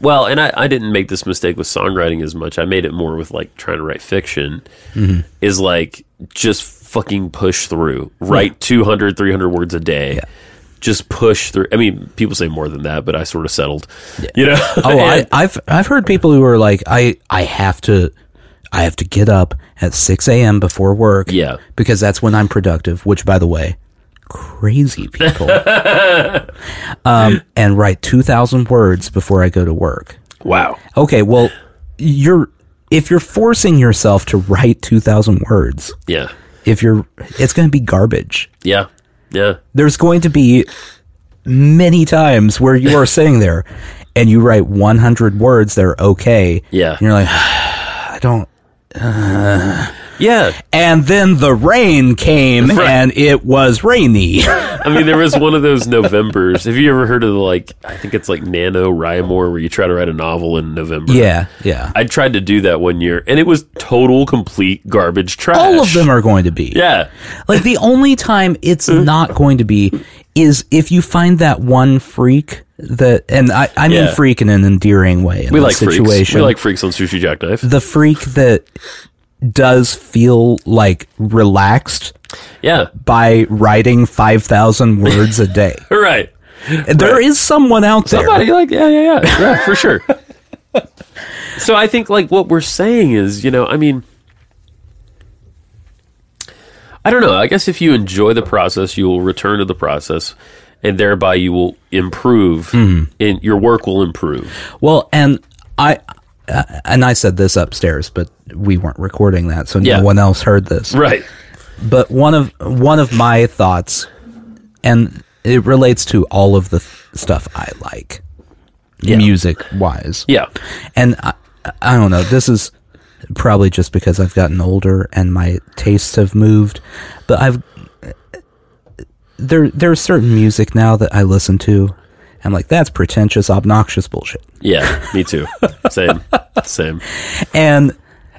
Speaker 1: well, and I, I didn't make this mistake with songwriting as much. I made it more with like trying to write fiction.
Speaker 2: Mm-hmm.
Speaker 1: Is like just fucking push through. Write two hundred, three hundred 200, 300 words a day. Just push through. I mean, people say more than that, but I sort of settled. You know.
Speaker 2: oh I,
Speaker 1: And-
Speaker 2: i've i've heard people who are like i i have to i have to get up at 6 a.m before work
Speaker 1: Yeah.
Speaker 2: because that's when i'm productive which by the way crazy people um and write 2000 words before i go to work
Speaker 1: [laughs] wow.
Speaker 2: Okay, well, you're if you're forcing yourself to write 2000 words,
Speaker 1: Yeah.
Speaker 2: if you're it's going to be garbage.
Speaker 1: Yeah. Yeah.
Speaker 2: There's going to be many times where you
Speaker 1: [laughs]
Speaker 2: are sitting there and you write 100 words that are okay.
Speaker 1: Yeah.
Speaker 2: And you're like, [sighs] I don't
Speaker 1: Yeah.
Speaker 2: and then the rain came
Speaker 1: [laughs] Right.
Speaker 2: and it was
Speaker 1: [laughs]
Speaker 2: rainy.
Speaker 1: I mean, there was one of those Novembers. Have you ever heard of the like? I think it's like Nano Rymore, where you try to write a novel in November.
Speaker 2: [laughs] yeah, yeah.
Speaker 1: I tried to do that one year, and it was total, complete garbage trash.
Speaker 2: All of them are going to be.
Speaker 1: Yeah, Mm-hmm.
Speaker 2: Like the only time it's not going to be is if you find that one freak that, and I, I mean
Speaker 1: Yeah.
Speaker 2: freak in an endearing way. In
Speaker 1: we
Speaker 2: this
Speaker 1: like
Speaker 2: situation.
Speaker 1: freaks. We like freaks on Sushi Jackknife.
Speaker 2: the freak that does feel like relaxed
Speaker 1: Yeah,
Speaker 2: by writing five thousand [laughs] words a day.
Speaker 1: right.
Speaker 2: There is someone out there.
Speaker 1: Somebody like yeah, yeah, yeah, [laughs] yeah, for sure. so I think like what we're saying is, you know, I mean, I don't know. I guess if you enjoy the process, you will return to the process, and thereby you will improve,
Speaker 2: Mm-hmm.
Speaker 1: and your work will improve.
Speaker 2: Well, and I uh, and I said this upstairs, but we weren't recording that, so
Speaker 1: Yeah.
Speaker 2: no one else heard this.
Speaker 1: Right.
Speaker 2: but one of one of my thoughts and it relates to all of the th- stuff i like music wise
Speaker 1: Yeah.
Speaker 2: and I, I don't know this is probably just because i've gotten older and my tastes have moved but i've there there's certain music now that i listen to i'm like that's pretentious obnoxious bullshit
Speaker 1: Yeah. Me too. Same. Same.
Speaker 2: and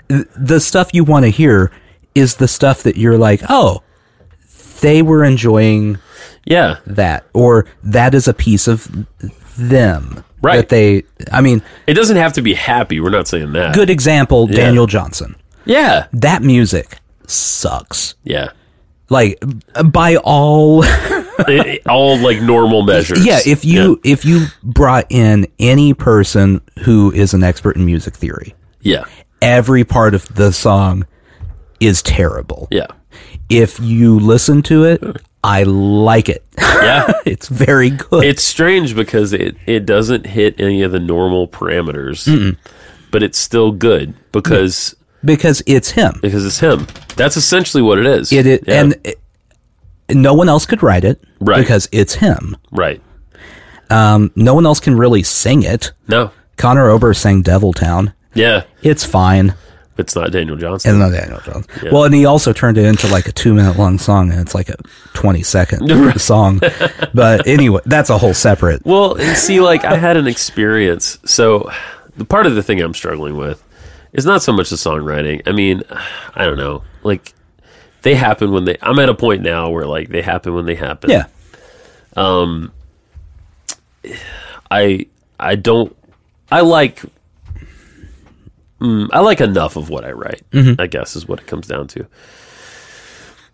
Speaker 2: th- the stuff you want to hear is the stuff that you're like oh they were enjoying
Speaker 1: Yeah.
Speaker 2: that or that is a piece of them
Speaker 1: Right.
Speaker 2: that they i mean
Speaker 1: It doesn't have to be happy. We're not saying that.
Speaker 2: good example daniel johnson
Speaker 1: Yeah.
Speaker 2: that music sucks
Speaker 1: Yeah.
Speaker 2: like by all
Speaker 1: It- it- all like normal measures.
Speaker 2: yeah if you if you brought in any person who is an expert in music theory
Speaker 1: Yeah.
Speaker 2: every part of the song is terrible
Speaker 1: Yeah.
Speaker 2: if you listen to it i like it [laughs]
Speaker 1: Yeah. yeah.
Speaker 2: it's very good
Speaker 1: it's strange because it, it doesn't hit any of the normal parameters, but it's still good because
Speaker 2: because it's him
Speaker 1: because it's him. That's essentially what it is.
Speaker 2: It, it
Speaker 1: Yeah.
Speaker 2: and it- no one else could write it
Speaker 1: Right.
Speaker 2: because it's him.
Speaker 1: right.
Speaker 2: No one else can really sing it.
Speaker 1: No.
Speaker 2: Connor Ober sang Devil Town.
Speaker 1: Yeah.
Speaker 2: It's fine.
Speaker 1: It's not Daniel Johnston.
Speaker 2: And not Daniel John. Well, and he also turned it into like a two minute long song, and it's like a 20
Speaker 1: [laughs]
Speaker 2: second song. But anyway, that's a whole separate.
Speaker 1: Well, and see, like I had an experience. So, the part of the thing I'm struggling with It's not so much the songwriting. I mean, I don't know. Like they happen when they. I'm at a point now where like they happen when they happen.
Speaker 2: Yeah.
Speaker 1: I I don't. I like. Mm, I like enough of what I write. I guess is what it comes down to.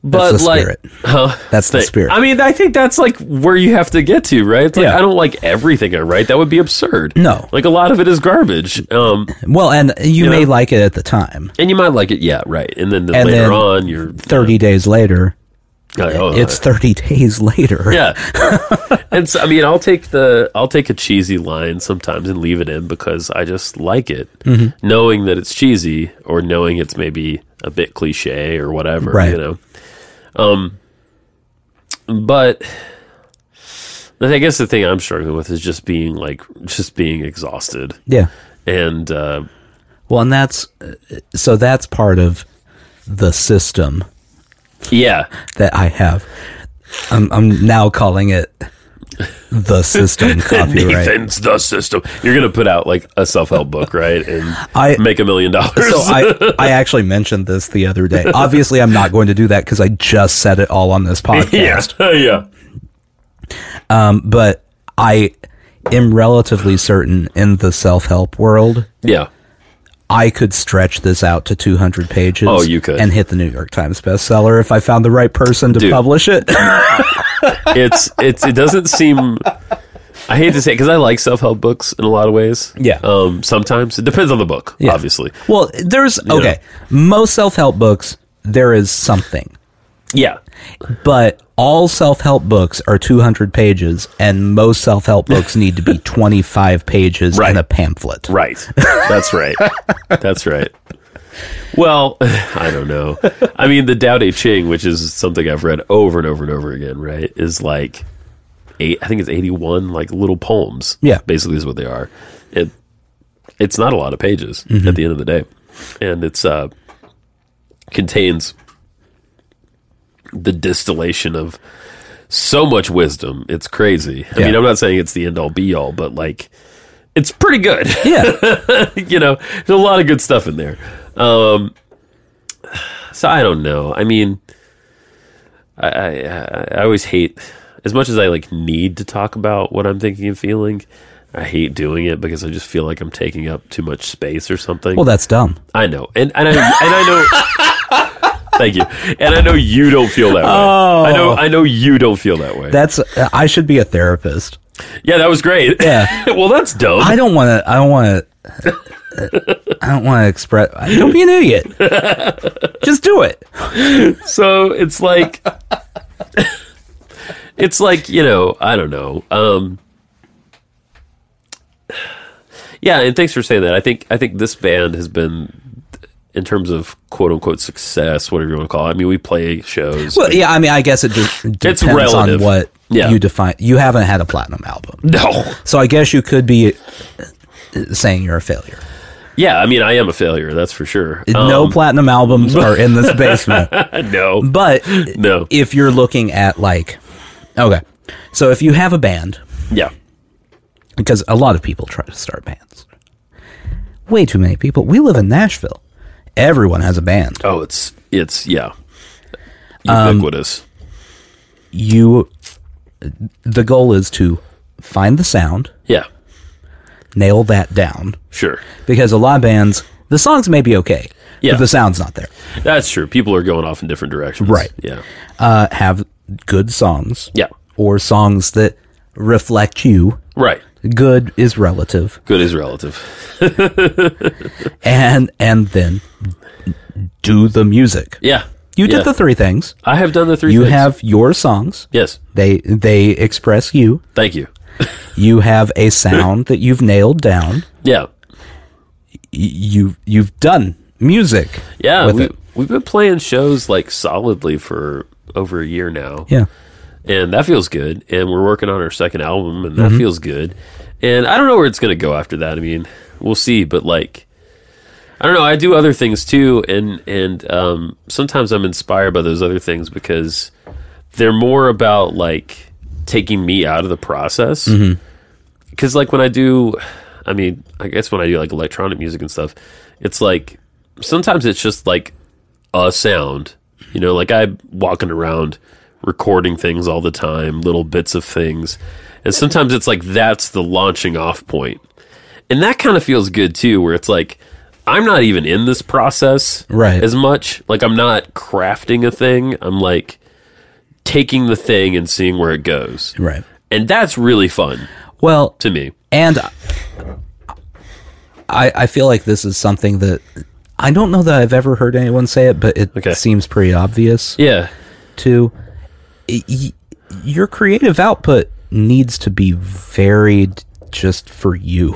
Speaker 1: But
Speaker 2: Mm-hmm. That's the
Speaker 1: like,
Speaker 2: spirit. That's the
Speaker 1: thing.
Speaker 2: spirit.
Speaker 1: I mean, I think that's like where you have to get to, right? It's like
Speaker 2: Yeah.
Speaker 1: I don't like everything I write. That would be absurd.
Speaker 2: No.
Speaker 1: like a lot of it is garbage. Um,
Speaker 2: well, and you, may
Speaker 1: know?
Speaker 2: like it at the time.
Speaker 1: and you might like it, yeah, right. And then,
Speaker 2: And
Speaker 1: later
Speaker 2: then
Speaker 1: on, you're
Speaker 2: Thirty days later,
Speaker 1: like, oh,
Speaker 2: it's thirty days later.
Speaker 1: yeah. [laughs] and so, I mean, I'll take the I'll take a cheesy line sometimes and leave it in because I just like it,
Speaker 2: Mm-hmm.
Speaker 1: knowing that it's cheesy or knowing it's maybe a bit cliche or whatever,
Speaker 2: Right.
Speaker 1: you know. Um, but I guess the thing I'm struggling with is just being like just being exhausted
Speaker 2: yeah.
Speaker 1: and. Uh,
Speaker 2: Well, and that's uh, so that's part of the system
Speaker 1: yeah,
Speaker 2: that I have. I'm, I'm now calling it the
Speaker 1: [laughs]
Speaker 2: system copyright.
Speaker 1: Nathan's the system. You're gonna put out like a self help book, right? And
Speaker 2: [laughs] I-
Speaker 1: make a million dollars.
Speaker 2: So I, I actually mentioned this the other day. Obviously, I'm not going to do that because I just said it all on this
Speaker 1: [laughs] [laughs] yeah,
Speaker 2: podcast.
Speaker 1: yeah.
Speaker 2: But I am relatively certain in the self help world,
Speaker 1: Yeah.
Speaker 2: I could stretch this out to 200 pages.
Speaker 1: Oh, you could.
Speaker 2: And hit the New York Times bestseller if I found the right person to
Speaker 1: Dude. [laughs]
Speaker 2: publish it.
Speaker 1: It's it's it doesn't seem I hate to say because I like self help books in a lot of ways.
Speaker 2: Yeah.
Speaker 1: Um sometimes. It depends on the book, obviously.
Speaker 2: well, there's okay. Most self help books, there is something.
Speaker 1: Yeah.
Speaker 2: But all self help books are 200 pages, and most self help books
Speaker 1: [laughs]
Speaker 2: need to be 25 pages
Speaker 1: Right.
Speaker 2: in a pamphlet.
Speaker 1: Right. That's right. That's right. Well, [sighs] I don't know. I mean, the Tao Te Ching, which is something I've read over and over and over again, right, is like eight. I think it's eighty-one like little poems.
Speaker 2: Yeah.
Speaker 1: basically is what they are. It it's not a lot of pages at the end of the day, and it's uh contains the distillation of so much wisdom. It's crazy. I
Speaker 2: Yeah.
Speaker 1: mean, I'm not saying it's the end all be all, but like it's pretty good.
Speaker 2: Yeah.
Speaker 1: [laughs] you know, there's a lot of good stuff in there. Um, so I don't know. I mean, I, I I- I always hate as much as I like need to talk about what I'm thinking and feeling. I hate doing it because I just feel like I'm taking up too much space or something.
Speaker 2: Well, that's dumb.
Speaker 1: I know, and and I and I know.
Speaker 2: [laughs]
Speaker 1: thank you, and I know you don't feel that way.
Speaker 2: Oh.
Speaker 1: I know, I know you don't feel that way.
Speaker 2: That's uh, I should be a therapist.
Speaker 1: yeah, that was great.
Speaker 2: Yeah.
Speaker 1: [laughs] well, that's dumb.
Speaker 2: I don't want to. I don't want to. I don't want to express. Don't be an idiot. Just do it.
Speaker 1: so it's like [laughs] it's like you know i don't know um yeah and thanks for saying that i think i think this band has been in terms of quote unquote success whatever you want to call it i mean we play shows
Speaker 2: Well, yeah. I mean, I guess it just depends on
Speaker 1: relative.
Speaker 2: what
Speaker 1: Yeah.
Speaker 2: you define. You haven't had a platinum album,
Speaker 1: no
Speaker 2: so I guess you could be uh, saying you're a failure.
Speaker 1: yeah i mean i am a failure that's for sure
Speaker 2: no platinum albums are in this
Speaker 1: [laughs]
Speaker 2: basement,
Speaker 1: Um, [laughs] no
Speaker 2: but
Speaker 1: no
Speaker 2: if you're looking at like, okay, so if you have a band,
Speaker 1: yeah
Speaker 2: because a lot of people try to start bands. Way too many people. We live in Nashville. Everyone has a band.
Speaker 1: oh it's it's yeah
Speaker 2: Um,
Speaker 1: ubiquitous
Speaker 2: You the goal is to find the sound,
Speaker 1: yeah
Speaker 2: nail that down
Speaker 1: sure
Speaker 2: because a lot of bands the songs may be okay,
Speaker 1: Yeah.
Speaker 2: but the sound's not there.
Speaker 1: that's true people are going off in different directions
Speaker 2: Right.
Speaker 1: yeah
Speaker 2: Uh, have good songs.
Speaker 1: Yeah.
Speaker 2: Or songs that reflect you.
Speaker 1: right
Speaker 2: Good is relative.
Speaker 1: good is relative
Speaker 2: And and then do the music.
Speaker 1: Yeah.
Speaker 2: You
Speaker 1: Yeah.
Speaker 2: did the three things.
Speaker 1: I have done the three
Speaker 2: You
Speaker 1: things.
Speaker 2: have your songs.
Speaker 1: Yes.
Speaker 2: They they express you.
Speaker 1: Thank you.
Speaker 2: You have a sound that you've nailed down.
Speaker 1: Yeah.
Speaker 2: Y- You you've done music.
Speaker 1: Yeah.
Speaker 2: with
Speaker 1: we,
Speaker 2: it.
Speaker 1: We've been playing shows like solidly for over a year now.
Speaker 2: Yeah.
Speaker 1: And that feels good. And we're working on our second album and
Speaker 2: Mm-hmm.
Speaker 1: that feels good. And I don't know where it's going to go after that. I mean, we'll see. But like, I don't know. I do other things too. And, and, um, sometimes I'm inspired by those other things because they're more
Speaker 2: Mm-hmm.
Speaker 1: about like taking me out of the process. Cause like when I do, I mean, I guess when I do like electronic music and stuff, it's like sometimes it's just like a sound. You know, like I'm walking around recording things all the time, little bits of things. And sometimes it's like that's the launching off point. And that kind of feels good too, where it's like I'm not even in this process
Speaker 2: Right.
Speaker 1: as much. Like I'm not crafting a thing. I'm like taking the thing and seeing where it goes.
Speaker 2: Right.
Speaker 1: And that's really fun
Speaker 2: Well,
Speaker 1: to me.
Speaker 2: and I I feel like this is something that I don't know that I've ever heard anyone say it, but it
Speaker 1: Okay.
Speaker 2: seems pretty obvious
Speaker 1: Yeah.
Speaker 2: to y- y- your creative output needs to be varied just
Speaker 1: [laughs]
Speaker 2: for you.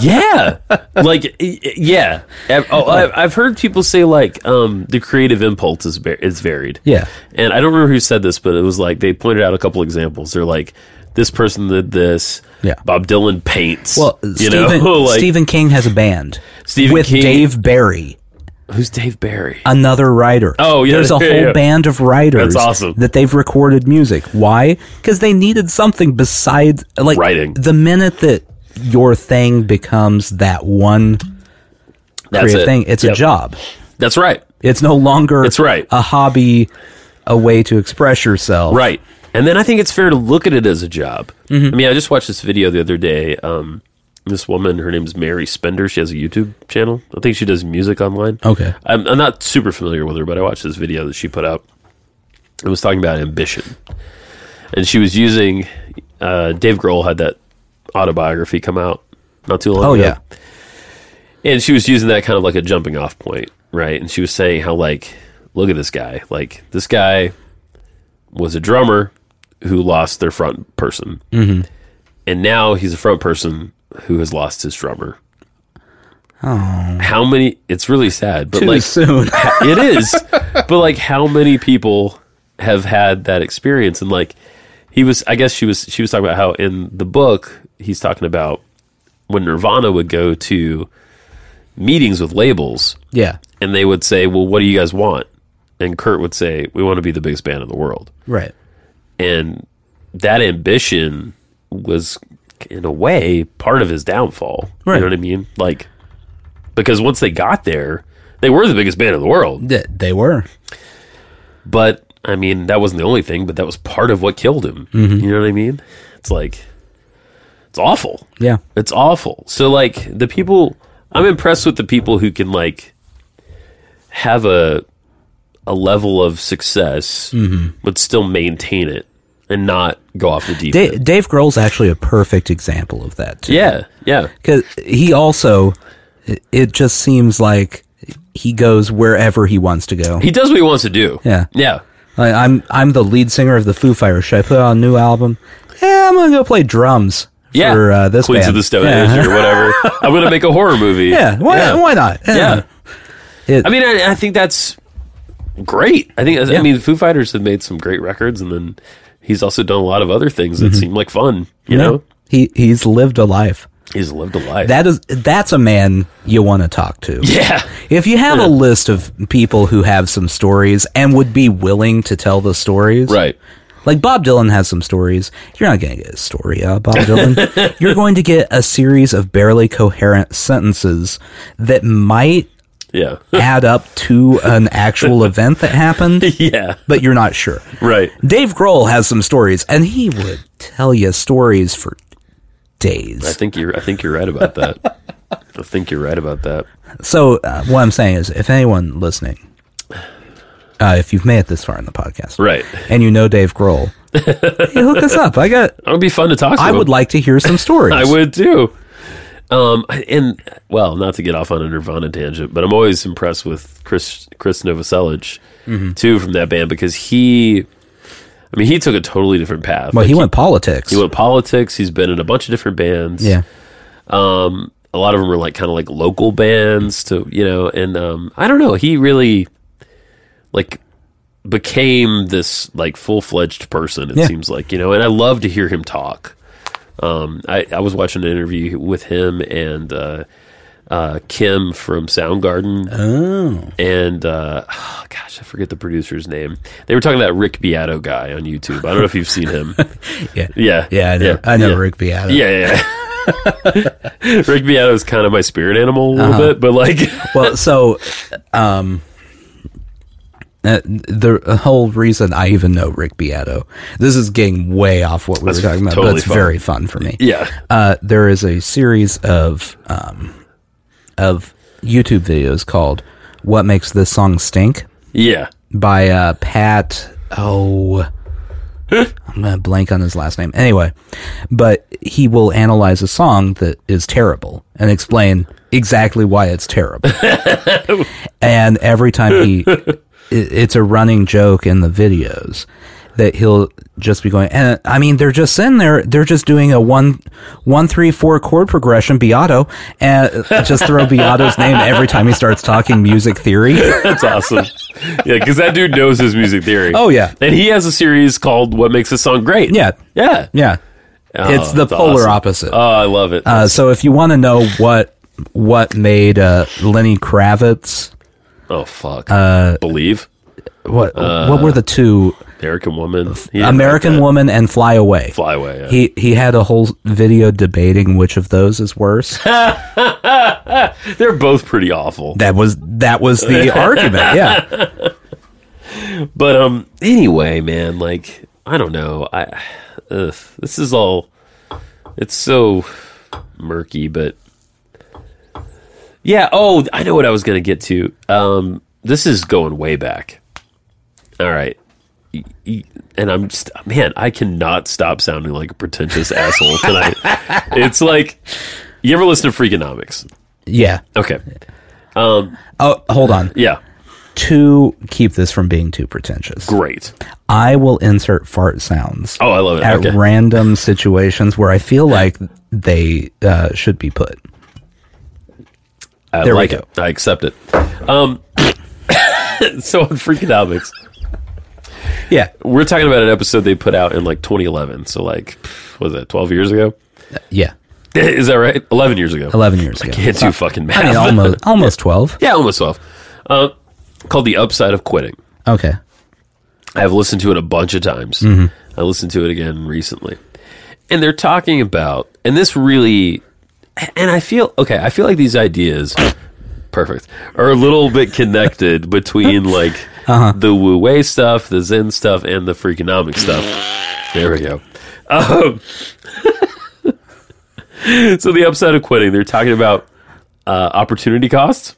Speaker 1: yeah [laughs] like y- y- yeah I've- oh, I've, I've heard people say like um the creative impulse is var- is varied
Speaker 2: Yeah.
Speaker 1: and i don't remember who said this but it was like they pointed out a couple examples they're like this person did this
Speaker 2: Yeah.
Speaker 1: bob dylan paints
Speaker 2: Well,
Speaker 1: you
Speaker 2: Stephen,
Speaker 1: know [laughs] like
Speaker 2: Stephen King has a band
Speaker 1: Stephen
Speaker 2: with
Speaker 1: King-
Speaker 2: Dave Barry,
Speaker 1: who's dave barry
Speaker 2: Uh, another writer.
Speaker 1: Oh, yeah,
Speaker 2: there's a
Speaker 1: [laughs] yeah,
Speaker 2: whole
Speaker 1: yeah.
Speaker 2: band of writers.
Speaker 1: That's awesome.
Speaker 2: That they've recorded music. Why? Because they needed something besides like
Speaker 1: Writing.
Speaker 2: The minute that your thing becomes that one
Speaker 1: that's
Speaker 2: creative
Speaker 1: it
Speaker 2: thing, it's a
Speaker 1: Yep.
Speaker 2: job.
Speaker 1: that's right
Speaker 2: It's no longer
Speaker 1: That's right.
Speaker 2: a hobby, a way to express yourself.
Speaker 1: Right. And then I think it's fair to look at it as a job.
Speaker 2: Mm-hmm.
Speaker 1: I mean, I just watched this video the other day. Um, this woman, her name's Mary Spender. She has a YouTube channel. I think she does music online.
Speaker 2: Okay.
Speaker 1: I'm, I'm not super familiar with her, but I watched this video that she put out. It was talking about ambition. And she was using, uh, Dave Grohl had that autobiography come out not too long
Speaker 2: Oh
Speaker 1: ago.
Speaker 2: yeah.
Speaker 1: And she was using that kind of like a jumping off point, right? And she was saying how like, look at this guy. Like this guy was a drummer who lost their front person, mm-hmm. and now he's a front person who has lost his drummer. Oh, how many? It's really sad, but
Speaker 2: Too
Speaker 1: like [laughs]
Speaker 2: soon. [laughs]
Speaker 1: it is. But like, how many people have had that experience? And like, he was. I guess she was. She was talking about how in the book he's talking about when Nirvana would go to meetings with labels
Speaker 2: yeah.
Speaker 1: and they would say, "Well, what do you guys want?" And Kurt would say, "We want to be the biggest band in the world."
Speaker 2: Right.
Speaker 1: And that ambition was in a way part of his downfall. You
Speaker 2: Right.
Speaker 1: know what I mean? Like because once they got there, they were the biggest band in the world.
Speaker 2: Th- they were.
Speaker 1: But I mean, that wasn't the only thing, but that was part of what killed him.
Speaker 2: Mm-hmm.
Speaker 1: You know what I mean? It's like it's awful.
Speaker 2: Yeah.
Speaker 1: It's awful. So like the people I'm impressed with the people who can like have a a level of success
Speaker 2: Mm-hmm.
Speaker 1: but still maintain it and not go off the deep end.
Speaker 2: Dave, Dave Grohl's actually a perfect example of that. Too.
Speaker 1: Yeah, yeah.
Speaker 2: because he also it- it just seems like he goes wherever he wants to go
Speaker 1: He does what he wants to do.
Speaker 2: Yeah.
Speaker 1: Yeah.
Speaker 2: I, i'm i'm the lead singer of the foo fighters should i put out a new album yeah i'm gonna go play drums
Speaker 1: Yeah.
Speaker 2: for uh, this
Speaker 1: Queens
Speaker 2: band.
Speaker 1: of the Stone
Speaker 2: yeah.
Speaker 1: Age or whatever. I'm gonna make a horror movie.
Speaker 2: [laughs] yeah why, why not
Speaker 1: Yeah.
Speaker 2: It-
Speaker 1: I mean, I, I think that's great. I think I
Speaker 2: Yeah.
Speaker 1: mean, Foo Fighters have made some great records, and then he's also done a lot of other things
Speaker 2: Mm-hmm.
Speaker 1: that seem like fun. You know,
Speaker 2: he he's lived a life
Speaker 1: he's lived a life.
Speaker 2: that is that's a man you want to talk to
Speaker 1: [laughs] yeah,
Speaker 2: if you have a list of people who have some stories and would be willing to tell the stories
Speaker 1: right.
Speaker 2: Like Bob Dylan has some stories. You're not going to get a story out of Bob
Speaker 1: [laughs]
Speaker 2: Dylan. You're going to get a series of barely coherent sentences that might
Speaker 1: Yeah, [laughs]
Speaker 2: add up to an actual event that
Speaker 1: [laughs]
Speaker 2: happened,
Speaker 1: yeah.
Speaker 2: but you're not sure.
Speaker 1: Right.
Speaker 2: Dave Grohl has some stories, and he would tell you stories for
Speaker 1: I
Speaker 2: days.
Speaker 1: think you're. I think you're right about
Speaker 2: [laughs]
Speaker 1: that. I think you're right about that.
Speaker 2: So, uh, what I'm saying is, if anyone listening, uh, if you've made it this far in the podcast,
Speaker 1: Right.
Speaker 2: and you know
Speaker 1: [laughs]
Speaker 2: Dave Grohl, hey, hook us up. I got.
Speaker 1: That would be fun to talk to.
Speaker 2: I
Speaker 1: him.
Speaker 2: would like to hear some stories.
Speaker 1: I would too. Um, and well, not to get off on a Nirvana tangent, but I'm always impressed with Chris Chris Novoselic
Speaker 2: Mm-hmm.
Speaker 1: too from that band because he, I mean, he took a totally different path.
Speaker 2: Well,
Speaker 1: Like,
Speaker 2: he went politics.
Speaker 1: he went politics. He's been in a bunch of different bands.
Speaker 2: Yeah.
Speaker 1: a lot of them are like kind of like local bands to you know, and um, I don't know. He really like became this like full fledged person. It
Speaker 2: Yeah.
Speaker 1: seems like you know, and I love to hear him talk. Um, I, I was watching an interview with him and uh, uh, Kim from Soundgarden.
Speaker 2: Oh.
Speaker 1: And uh, oh, gosh, I forget the producer's name. They were talking about Rick Beato guy on YouTube. I don't know if you've seen him.
Speaker 2: [laughs] Yeah.
Speaker 1: Yeah.
Speaker 2: Yeah, I know.
Speaker 1: Yeah.
Speaker 2: I know
Speaker 1: Yeah.
Speaker 2: Rick Beato.
Speaker 1: Yeah, yeah, yeah. [laughs] Rick Beato is kind of my spirit animal a little bit, but like,
Speaker 2: well, so um, uh, the whole reason I even know Rick Beato, this is getting way off what we were talking about,
Speaker 1: totally
Speaker 2: but it's
Speaker 1: fine.
Speaker 2: very fun for me.
Speaker 1: yeah,
Speaker 2: Uh, there is a series of um, of YouTube videos called "What Makes This Song Stink"
Speaker 1: yeah.
Speaker 2: by uh, Pat. Oh, I'm gonna blank on his last name. Anyway, but he will analyze a song that is terrible and explain exactly why it's terrible. and every time he, i- it's a running joke in the videos that he'll just be going. And I mean, they're just in there. They're just doing a one, one, three, four chord progression, Beato, and just throw Beato's name every time he starts talking music theory.
Speaker 1: That's awesome. Yeah, because that dude knows his music theory.
Speaker 2: Oh, yeah.
Speaker 1: and he has a series called "What Makes a Song Great."
Speaker 2: Yeah.
Speaker 1: yeah.
Speaker 2: Yeah.
Speaker 1: Oh,
Speaker 2: it's the
Speaker 1: that's
Speaker 2: polar
Speaker 1: awesome.
Speaker 2: opposite.
Speaker 1: Oh, I love it.
Speaker 2: Uh, so if you want to know what what made uh, Lenny Kravitz,
Speaker 1: oh fuck. Uh, Believe
Speaker 2: what
Speaker 1: Uh,
Speaker 2: what were the two
Speaker 1: American Woman. He didn't
Speaker 2: American
Speaker 1: write that.
Speaker 2: Woman and Fly Away?
Speaker 1: Fly Away. yeah.
Speaker 2: He he had a whole video debating which of those is
Speaker 1: [laughs]
Speaker 2: worse.
Speaker 1: They're both pretty awful.
Speaker 2: that was that was the
Speaker 1: [laughs]
Speaker 2: argument. Yeah.
Speaker 1: But um, anyway, man, like I don't know. I ugh, this is all. It's so murky, but yeah. Oh, I know what I was gonna get to. Um, this is going way back. All right. Y- y- And I'm just, man, I cannot stop sounding like a pretentious asshole tonight. It's like, you ever listen to Freakonomics?
Speaker 2: Yeah.
Speaker 1: Okay.
Speaker 2: Oh, hold on.
Speaker 1: Yeah.
Speaker 2: To keep this from being too pretentious,
Speaker 1: Great.
Speaker 2: I will insert fart sounds
Speaker 1: Oh, I love it.
Speaker 2: at
Speaker 1: Okay.
Speaker 2: random situations where I feel like they uh, should be put.
Speaker 1: I
Speaker 2: There we
Speaker 1: like
Speaker 2: go.
Speaker 1: it. I accept it. Um, [coughs] so on Freakonomics,
Speaker 2: Yeah.
Speaker 1: we're talking about an episode they put out in like 2011. So like, what was that 12 years ago? [laughs]
Speaker 2: Yeah.
Speaker 1: Is that right? 11 years ago.
Speaker 2: 11 years ago.
Speaker 1: Can't do fucking math.
Speaker 2: I mean, almost,
Speaker 1: [laughs]
Speaker 2: almost 12.
Speaker 1: yeah, almost 12. Uh, called the upside of quitting.
Speaker 2: Okay.
Speaker 1: I've listened to it a bunch of times. I listened to it again recently. And they're talking about, and this really, and I feel, okay, I feel like these ideas, perfect, are a little bit connected between like the Wu Wei stuff, the Zen stuff, and the Freakonomic stuff. There we go. Um, [laughs] so the upside of quitting, they're talking about uh, opportunity costs.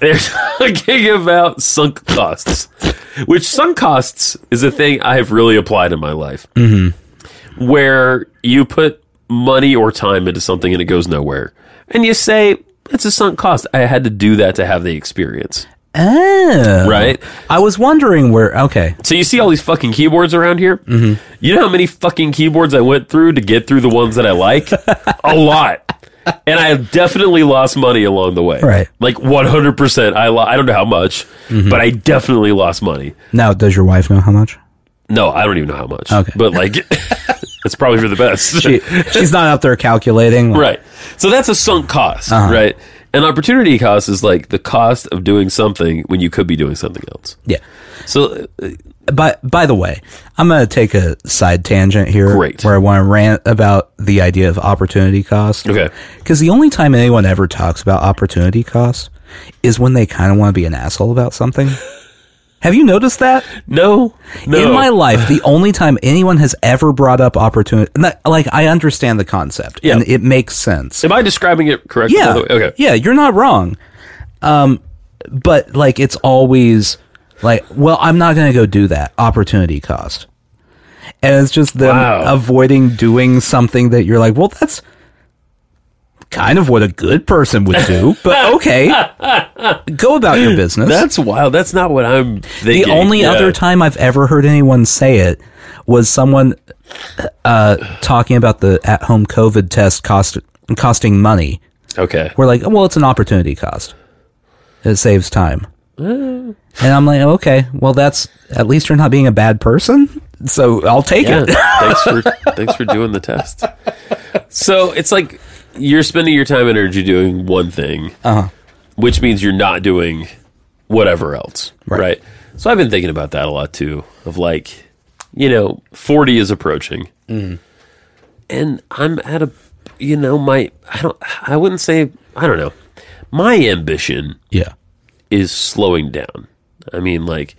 Speaker 1: They're [laughs] talking about sunk costs, which sunk costs is a thing I have really applied in my life, where you put money or time into something and it goes nowhere, and you say it's a sunk cost. I had to do that to have the experience,
Speaker 2: Oh.
Speaker 1: right?
Speaker 2: I was wondering where. Okay.
Speaker 1: So you see all these fucking keyboards around here. Mm-hmm. You know how many fucking keyboards I went through to get through the ones that I
Speaker 2: [laughs]
Speaker 1: like? a lot. And I have definitely lost money along the way.
Speaker 2: Right. Mm-hmm.
Speaker 1: Like 100%. I lo- I don't know how much, but I definitely lost money.
Speaker 2: Now, does your wife know how much?
Speaker 1: No, I don't even know how much.
Speaker 2: Okay.
Speaker 1: But like [laughs] it's probably for the
Speaker 2: [laughs]
Speaker 1: best.
Speaker 2: She, she's not out there calculating.
Speaker 1: [laughs]
Speaker 2: like,
Speaker 1: right. So that's a sunk cost,
Speaker 2: Uh-huh.
Speaker 1: right? An opportunity cost is like the cost of doing something when you could be doing something else.
Speaker 2: Yeah.
Speaker 1: So uh,
Speaker 2: But by the way, I'm going to take a side tangent here
Speaker 1: Great.
Speaker 2: where I want to rant about the idea of opportunity cost.
Speaker 1: Okay.
Speaker 2: Because the only time anyone ever talks about opportunity cost is when they kind of want to be an asshole
Speaker 1: [laughs]
Speaker 2: about something. Have you noticed that?
Speaker 1: no, no.
Speaker 2: In my life, the only time anyone has ever brought up opportunity, not- like I understand the concept
Speaker 1: Yeah.
Speaker 2: and it makes sense.
Speaker 1: Am I describing it correctly? by
Speaker 2: yeah.
Speaker 1: the way? Okay.
Speaker 2: Yeah, you're not wrong. Um, but like it's always like, well, I'm not going to go do that. Opportunity cost. And it's just them
Speaker 1: Wow.
Speaker 2: avoiding doing something that you're like, well, that's kind of what a good person would do,
Speaker 1: [laughs]
Speaker 2: but okay. go about your business.
Speaker 1: That's wild. That's not what I'm thinking.
Speaker 2: The only
Speaker 1: Yeah.
Speaker 2: other time I've ever heard anyone say it was someone uh, talking about the at-home COVID test cost costing money.
Speaker 1: [laughs] Okay.
Speaker 2: We're like, well, it's an opportunity cost. It saves time.
Speaker 1: Uh.
Speaker 2: And I'm like, okay, well, that's at least you're not being a bad person, so I'll take
Speaker 1: [laughs] Yeah.
Speaker 2: it.
Speaker 1: thanks for thanks for doing the test. So it's like you're spending your time and energy doing one thing,
Speaker 2: Uh-huh.
Speaker 1: which means you're not doing whatever else, right.
Speaker 2: Right.
Speaker 1: So I've been thinking about that a lot too. Of like,
Speaker 2: Mm.
Speaker 1: you know, forty is approaching, and I'm at a you know, my I don't I wouldn't say I don't know. My ambition
Speaker 2: Yeah.
Speaker 1: is slowing down. I mean, like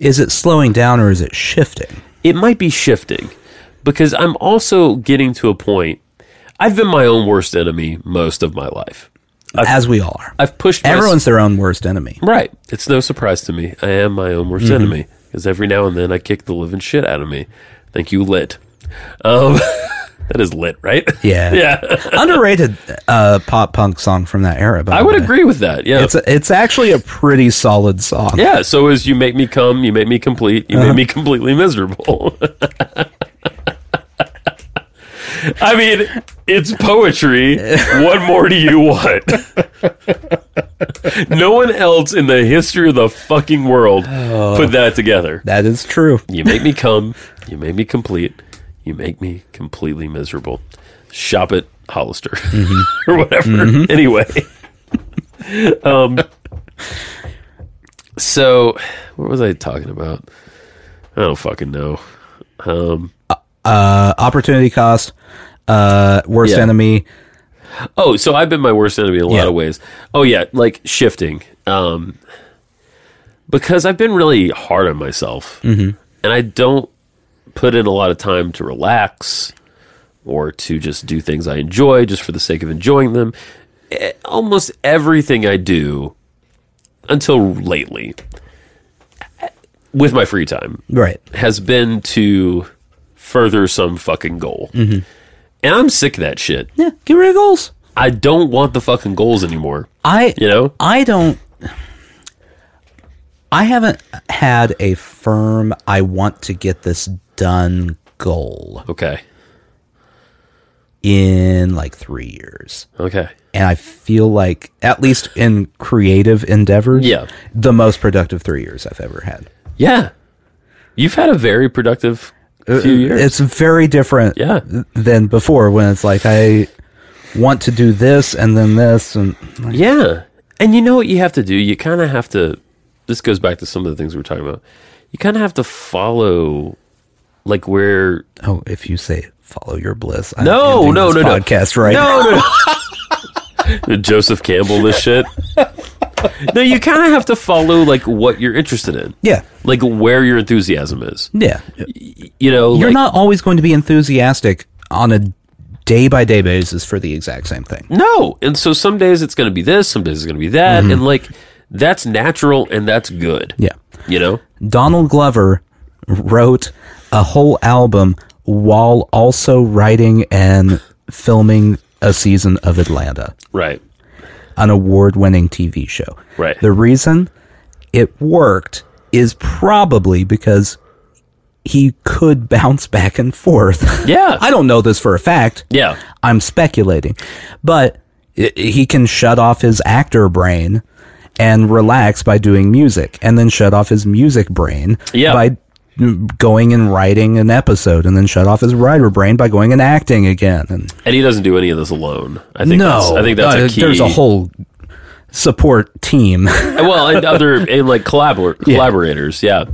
Speaker 2: Is it slowing down or is it shifting?
Speaker 1: it might be shifting because I'm also getting to a point. I've been my own worst enemy most of my life.
Speaker 2: As we all are.
Speaker 1: I've pushed my-
Speaker 2: Everyone's their own
Speaker 1: [laughs]
Speaker 2: worst enemy.
Speaker 1: right. It's no surprise to me. I am my own
Speaker 2: Mm-hmm.
Speaker 1: worst enemy because every now and then I kick the living shit out of me. Thank you, lit. Um, [laughs] that is lit, right?
Speaker 2: Yeah.
Speaker 1: [laughs]
Speaker 2: Oh,
Speaker 1: yeah.
Speaker 2: Underrated uh, pop punk song from that era. By
Speaker 1: I
Speaker 2: the
Speaker 1: would
Speaker 2: way.
Speaker 1: agree with that. Yeah.
Speaker 2: It's it's actually a pretty solid song.
Speaker 1: [laughs] yeah. So is you make me come, you make me complete, you make me completely miserable. [laughs] I mean, it's poetry. what more do you want? [laughs] no one else in the history of the fucking world put that together.
Speaker 2: That is true.
Speaker 1: You make me come, you make me complete, you make me completely miserable. Shop at Hollister [laughs] or whatever. Anyway. um so what was I talking about? I don't fucking know. Um
Speaker 2: Uh, opportunity cost, uh, worst
Speaker 1: Yeah.
Speaker 2: enemy.
Speaker 1: oh, so I've been my worst enemy in a lot
Speaker 2: Yeah.
Speaker 1: of ways. Oh yeah, like shifting. Um because I've been really hard on myself. And I don't put in a lot of time to relax or to just do things I enjoy just for the sake of enjoying them. Eh, Almost everything I do until lately with my free time
Speaker 2: Right.
Speaker 1: has been to further some fucking goal. And I'm sick of that shit.
Speaker 2: Yeah. Get rid of goals.
Speaker 1: I don't want the fucking goals anymore.
Speaker 2: I
Speaker 1: You know?
Speaker 2: I don't. I haven't had a firm. I want to get this done goal
Speaker 1: Okay.
Speaker 2: in like three years,
Speaker 1: Okay.
Speaker 2: and I feel like at least in creative endeavors,
Speaker 1: Yeah.
Speaker 2: the most productive three years I've ever had.
Speaker 1: Yeah. You've had a very productive few years.
Speaker 2: Uh, It's very different
Speaker 1: Yeah.
Speaker 2: than before when it's like I want to do this and then this and
Speaker 1: Yeah. And you know what you have to do? You kind of have to. This goes back to some of the things we were talking about. You kind of have to follow, like, where.
Speaker 2: oh if you say follow your bliss I'm
Speaker 1: No,
Speaker 2: ending
Speaker 1: no,
Speaker 2: this
Speaker 1: no, no.
Speaker 2: podcast right
Speaker 1: No, no. [laughs] Joseph Campbell, this shit. no, you kind of have to follow, like, what you're interested in.
Speaker 2: yeah
Speaker 1: Like, where your enthusiasm is.
Speaker 2: yeah
Speaker 1: You know,
Speaker 2: you're
Speaker 1: like-
Speaker 2: not always going to be enthusiastic on a day by day basis for the exact same thing
Speaker 1: No. And so some days it's going to be this, some days it's going to be that. And, like, that's natural and that's good.
Speaker 2: Mm-hmm. yeah
Speaker 1: You know?
Speaker 2: Donald Glover wrote a whole album while also writing and filming a season of Atlanta
Speaker 1: Right.
Speaker 2: an award winning TV show.
Speaker 1: Right.
Speaker 2: The reason it worked is probably because he could [laughs] bounce back and forth.
Speaker 1: Yeah.
Speaker 2: [laughs] I don't know this for a fact.
Speaker 1: Yeah.
Speaker 2: I'm speculating. But i he can shut off his actor brain and relax by doing music and then shut off his music brain
Speaker 1: Yeah.
Speaker 2: by mm, going and writing an episode and then shut off his writer brain by going and acting again and
Speaker 1: And he doesn't do any of this alone. I think that's, I think that's
Speaker 2: uh,
Speaker 1: a key.
Speaker 2: There's a whole support team. [laughs]
Speaker 1: well, and other and like collabor- collaborators, yeah,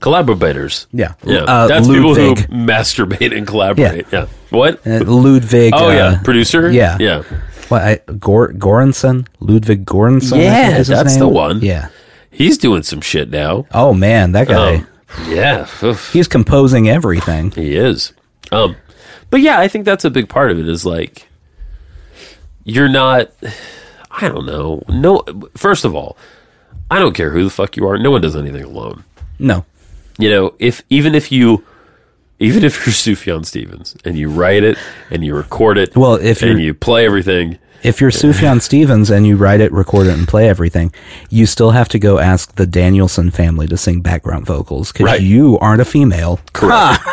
Speaker 1: collaborators,
Speaker 2: Yeah.
Speaker 1: yeah.
Speaker 2: Uh,
Speaker 1: that's
Speaker 2: Ludwig.
Speaker 1: people who masturbate and collaborate. Yeah, what?
Speaker 2: Uh, Ludwig.
Speaker 1: oh
Speaker 2: uh,
Speaker 1: yeah, producer.
Speaker 2: yeah.
Speaker 1: yeah,
Speaker 2: What? I, Gor- Goranson. Ludwig Goranson. I
Speaker 1: Yeah,
Speaker 2: think is his
Speaker 1: that's
Speaker 2: name.
Speaker 1: the one.
Speaker 2: Yeah.
Speaker 1: he's doing some shit now.
Speaker 2: Oh man, that guy.
Speaker 1: Um, yeah, oof,
Speaker 2: He's composing everything.
Speaker 1: he is. Um, but yeah, I think that's a big part of it. Is like you're not. I don't know. No, first of all, I don't care who the fuck you are. No one does anything alone.
Speaker 2: No.
Speaker 1: you know, if even if you even if you're [laughs] Sufjan Stevens and you write it and you record it,
Speaker 2: Well, if
Speaker 1: and
Speaker 2: you're-
Speaker 1: you play everything,
Speaker 2: If you're Sufjan Stevens and you write it, record it, and play everything, you still have to go ask the Danielson family to sing background vocals because
Speaker 1: Right.
Speaker 2: you aren't a female.
Speaker 1: correct.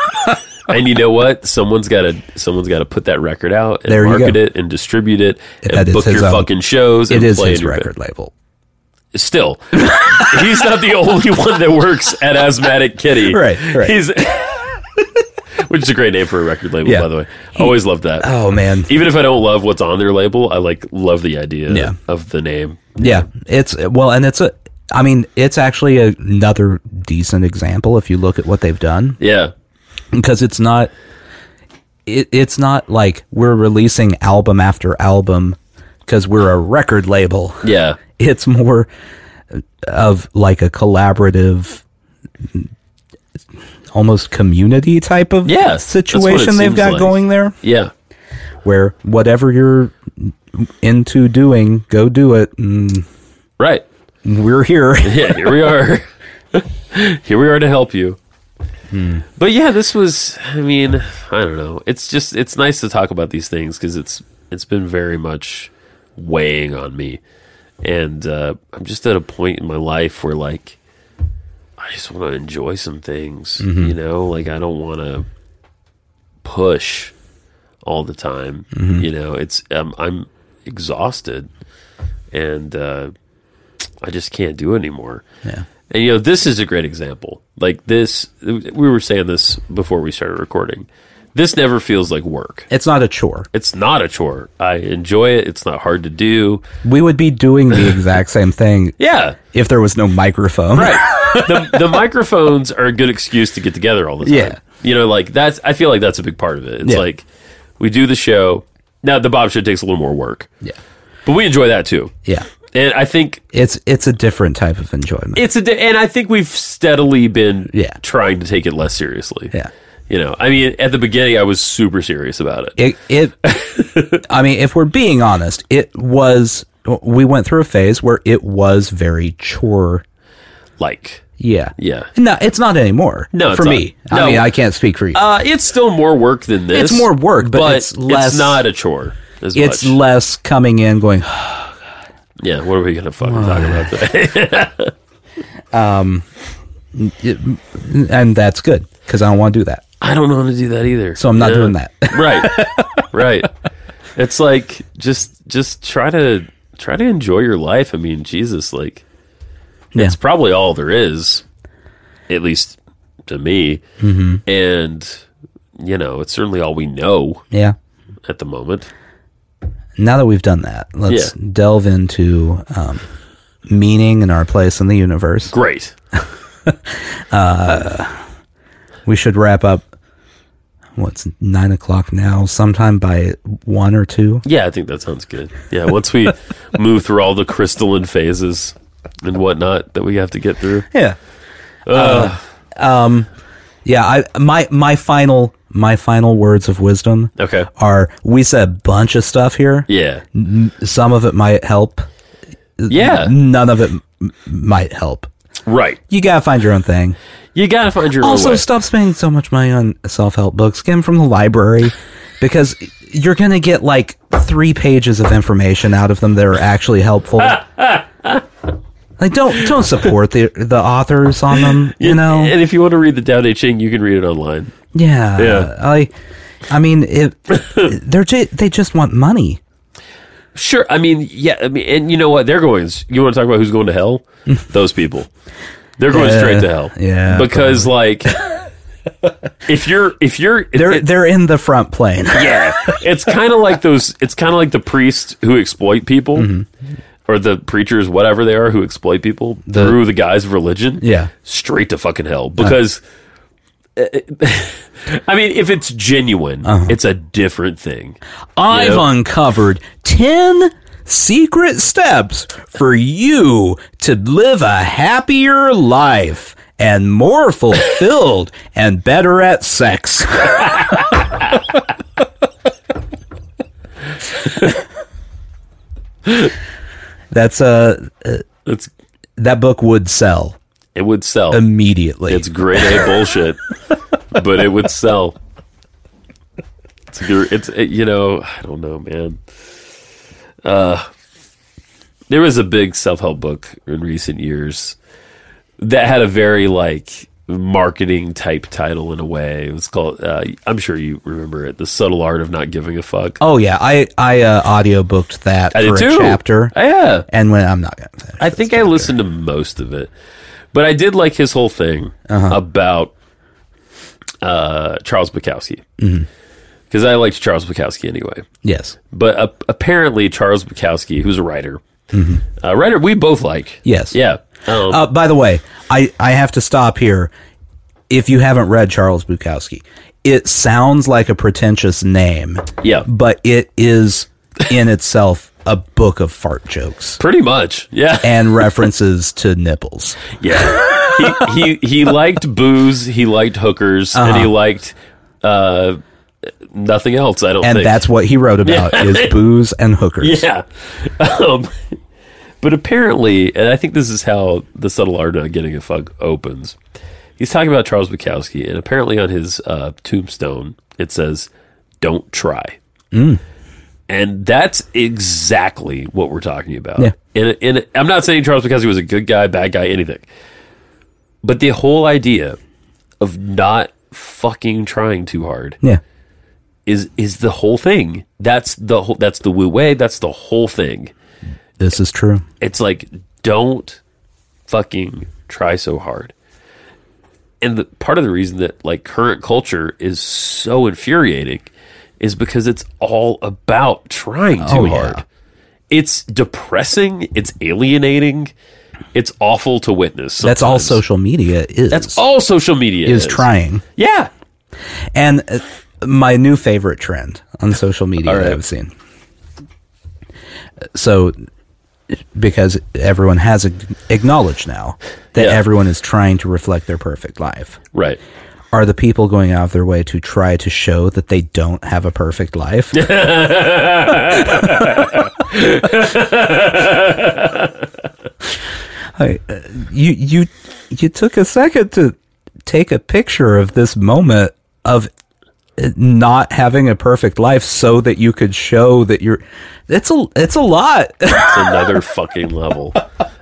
Speaker 1: and you know what? Someone's got to someone's got to put that record out and
Speaker 2: There you
Speaker 1: market
Speaker 2: go.
Speaker 1: it and distribute it
Speaker 2: that
Speaker 1: and
Speaker 2: is
Speaker 1: book
Speaker 2: his
Speaker 1: your
Speaker 2: own.
Speaker 1: fucking shows.
Speaker 2: It
Speaker 1: and
Speaker 2: is
Speaker 1: play
Speaker 2: his
Speaker 1: in your band.
Speaker 2: record label.
Speaker 1: Still, he's not the only one that works at Asthmatic Kitty.
Speaker 2: Right, right.
Speaker 1: He's. [laughs] Which is a great name for a record label,
Speaker 2: Yeah.
Speaker 1: by the way. I always loved that.
Speaker 2: Oh man,
Speaker 1: Even if I don't love what's on their label, I like love the idea
Speaker 2: Yeah.
Speaker 1: of the name.
Speaker 2: Yeah, it's well, and it's a. I mean, it's actually another decent example if you look at what they've done
Speaker 1: Yeah.
Speaker 2: because it's not. it, it's not like we're releasing album after album because we're a record label.
Speaker 1: Yeah.
Speaker 2: It's more of like a collaborative, almost community type of
Speaker 1: Yeah, that's what it
Speaker 2: situation they've
Speaker 1: seems
Speaker 2: got
Speaker 1: like.
Speaker 2: going there,
Speaker 1: Yeah.
Speaker 2: where whatever you're into doing, go do it. And
Speaker 1: Right.
Speaker 2: we're
Speaker 1: [laughs]
Speaker 2: here.
Speaker 1: Yeah, here we are. [laughs] here we are to help you. But yeah, this was I mean, I don't know. It's just it's nice to talk about these things cuz it's it's been very much weighing on me. And uh I'm just at a point in my life where like I just want to enjoy some things, you know? Like I don't want to push all the time. You know, it's um, I'm exhausted and uh I just can't do it anymore.
Speaker 2: Yeah.
Speaker 1: And you know, this is a great example. Like this, we were saying this before we started recording. This never feels like work.
Speaker 2: It's not a chore.
Speaker 1: It's not a chore. I enjoy it. It's not hard to do.
Speaker 2: We would be doing
Speaker 1: [laughs]
Speaker 2: the exact same thing
Speaker 1: Yeah,
Speaker 2: if there was no microphone.
Speaker 1: the, the microphones are a good excuse to get together all the time.
Speaker 2: Yeah.
Speaker 1: You know, like that's, I feel like that's a big part of it. It's
Speaker 2: Yeah.
Speaker 1: like we do the show. Now, the Bob show takes a little more work,
Speaker 2: [laughs] Yeah.
Speaker 1: but we enjoy that too.
Speaker 2: Yeah.
Speaker 1: And I think
Speaker 2: It's it's a different type of enjoyment.
Speaker 1: it's a, di- and I think we've steadily been
Speaker 2: Yeah.
Speaker 1: trying to take it less seriously.
Speaker 2: yeah.
Speaker 1: You know, I mean, at the beginning, I was super serious about it.
Speaker 2: It it
Speaker 1: [laughs]
Speaker 2: I mean, if we're being honest, it was we went through a phase where it was very chore.
Speaker 1: Like,
Speaker 2: Yeah.
Speaker 1: yeah.
Speaker 2: No, it's not anymore.
Speaker 1: No, it's
Speaker 2: for
Speaker 1: not.
Speaker 2: me.
Speaker 1: No.
Speaker 2: I mean, I can't speak for you.
Speaker 1: Uh, it's still more work than this.
Speaker 2: It's more work, but it's less-
Speaker 1: not a chore. As
Speaker 2: it's
Speaker 1: much.
Speaker 2: less coming in going
Speaker 1: yeah. What are we gonna fucking talk
Speaker 2: [sighs]
Speaker 1: about today? [laughs]
Speaker 2: and that's good cuz I don't want to do that.
Speaker 1: I don't want to do that either.
Speaker 2: So I'm not
Speaker 1: Yeah.
Speaker 2: doing that. [laughs]
Speaker 1: right, right. It's like just just try to try to enjoy your life. I mean, Jesus, like
Speaker 2: Yeah.
Speaker 1: it's probably all there is, at least to me.
Speaker 2: Mm-hmm.
Speaker 1: And you know, it's certainly all we know
Speaker 2: Yeah.
Speaker 1: at the moment.
Speaker 2: now that we've done that, let's
Speaker 1: Yeah.
Speaker 2: delve into um, meaning and our place in the universe.
Speaker 1: Great.
Speaker 2: We should wrap up. What's nine o'clock now? Sometime by one or two.
Speaker 1: Yeah, I think that sounds good. Yeah, once we move through all the crystalline phases and whatnot that we have to get through.
Speaker 2: Yeah. um,
Speaker 1: Uh,
Speaker 2: Uh, yeah. I my my final my final words of wisdom
Speaker 1: Okay.
Speaker 2: are: we said a bunch of stuff here.
Speaker 1: Yeah.
Speaker 2: Some of it might help.
Speaker 1: Yeah.
Speaker 2: None of it m- might help.
Speaker 1: Right.
Speaker 2: You gotta find your own thing.
Speaker 1: You gotta find your own
Speaker 2: Also,
Speaker 1: way.
Speaker 2: stop spending so much money on self help books. Get them from the library because you're going to get like three pages of information out of them that are actually
Speaker 1: [laughs]
Speaker 2: helpful. like, don't don't support the the authors on them. You know,
Speaker 1: And if you want to read the Tao Te Ching, you can read it online.
Speaker 2: yeah,
Speaker 1: Yeah.
Speaker 2: I, I mean,
Speaker 1: [laughs]
Speaker 2: it, they're ju- they just want money.
Speaker 1: Sure. I mean, yeah. I mean, and you know what? They're going. You want to talk about who's going to
Speaker 2: [laughs]
Speaker 1: hell? Those people. They're going
Speaker 2: Yeah.
Speaker 1: straight to hell.
Speaker 2: Yeah,
Speaker 1: Because like,
Speaker 2: [laughs]
Speaker 1: if you're if you're
Speaker 2: They're [laughs]
Speaker 1: it-
Speaker 2: they're in the front plane.
Speaker 1: yeah, it's kind of like those. It's kind of like the priests who exploit people,
Speaker 2: Mm-hmm.
Speaker 1: or the preachers, whatever they are, who exploit people through the guise of religion.
Speaker 2: Yeah. Uh.
Speaker 1: straight to fucking hell because. [laughs] I mean, if it's genuine,
Speaker 2: Uh-huh.
Speaker 1: it's a different thing.
Speaker 2: I've
Speaker 1: Yep.
Speaker 2: uncovered 10 secret steps for you to live a happier life and more fulfilled [laughs] and better at sex. [laughs] That's uh,
Speaker 1: It's
Speaker 2: that book would sell
Speaker 1: it would sell.
Speaker 2: immediately.
Speaker 1: It's grade [laughs] A bullshit, but it would sell. It's a gr- it's it, you know I don't know man. Uh, there was a big self help book in recent years that had a very like marketing type title in a way. It was called uh, I'm sure you remember it, The Subtle Art of Not Giving a Fuck.
Speaker 2: oh yeah, I I uh, audiobooked that
Speaker 1: I did
Speaker 2: for a
Speaker 1: too.
Speaker 2: chapter,
Speaker 1: Yeah,
Speaker 2: and when I'm not gonna finish.
Speaker 1: I think I listened to most of it, but I did like his whole thing
Speaker 2: Uh-huh.
Speaker 1: about uh, Charles Bukowski
Speaker 2: Mm-hmm.
Speaker 1: because I liked Charles Bukowski anyway.
Speaker 2: yes,
Speaker 1: But uh, apparently, Charles Bukowski, who's a writer, a writer we both like.
Speaker 2: Mm-hmm. Yes.
Speaker 1: Yeah. Um,
Speaker 2: Uh, by the way, I, I have to stop here. if you haven't read Charles Bukowski, it sounds like a pretentious name,
Speaker 1: Yeah.
Speaker 2: but it is in itself a book of fart jokes
Speaker 1: Pretty much. Yeah.
Speaker 2: and references to nipples.
Speaker 1: [laughs] Yeah. he, he he liked booze, he liked hookers, and
Speaker 2: Uh-huh.
Speaker 1: he liked uh nothing else, I don't
Speaker 2: And
Speaker 1: think.
Speaker 2: that's what he wrote
Speaker 1: [laughs]
Speaker 2: about is booze and hookers.
Speaker 1: yeah. [laughs] Um, but apparently, and I think this is how the subtle art of getting a fuck opens. He's talking about Charles Bukowski, and apparently on his uh, tombstone it says, "Don't try," and that's exactly what we're talking about.
Speaker 2: Yeah.
Speaker 1: And, and I'm not saying Charles Bukowski was a good guy, bad guy, anything, but the whole idea of not fucking trying too hard
Speaker 2: Yeah.
Speaker 1: is is the whole thing. That's the whole, that's the Wu Wei. That's the whole thing.
Speaker 2: This is true.
Speaker 1: It's like don't fucking try so hard. And the part of the reason that like current culture is so infuriating is because it's all about trying too
Speaker 2: Oh, yeah.
Speaker 1: hard. It's depressing. It's alienating. It's awful to witness.
Speaker 2: That's all
Speaker 1: sometimes.
Speaker 2: social media is.
Speaker 1: That's all social media
Speaker 2: is trying.
Speaker 1: Yeah,
Speaker 2: And uh, my new favorite trend on social media
Speaker 1: All right.
Speaker 2: that I've seen. So, because everyone has ag- acknowledged now that
Speaker 1: Yeah.
Speaker 2: everyone is trying to reflect their perfect life,
Speaker 1: right.
Speaker 2: are the people going out of their way to try to show that they don't have a perfect life? I- uh, you you you took a second to take a picture of this moment of it not having a perfect life so that you could show that you're it's a it's a lot
Speaker 1: It's another fucking level.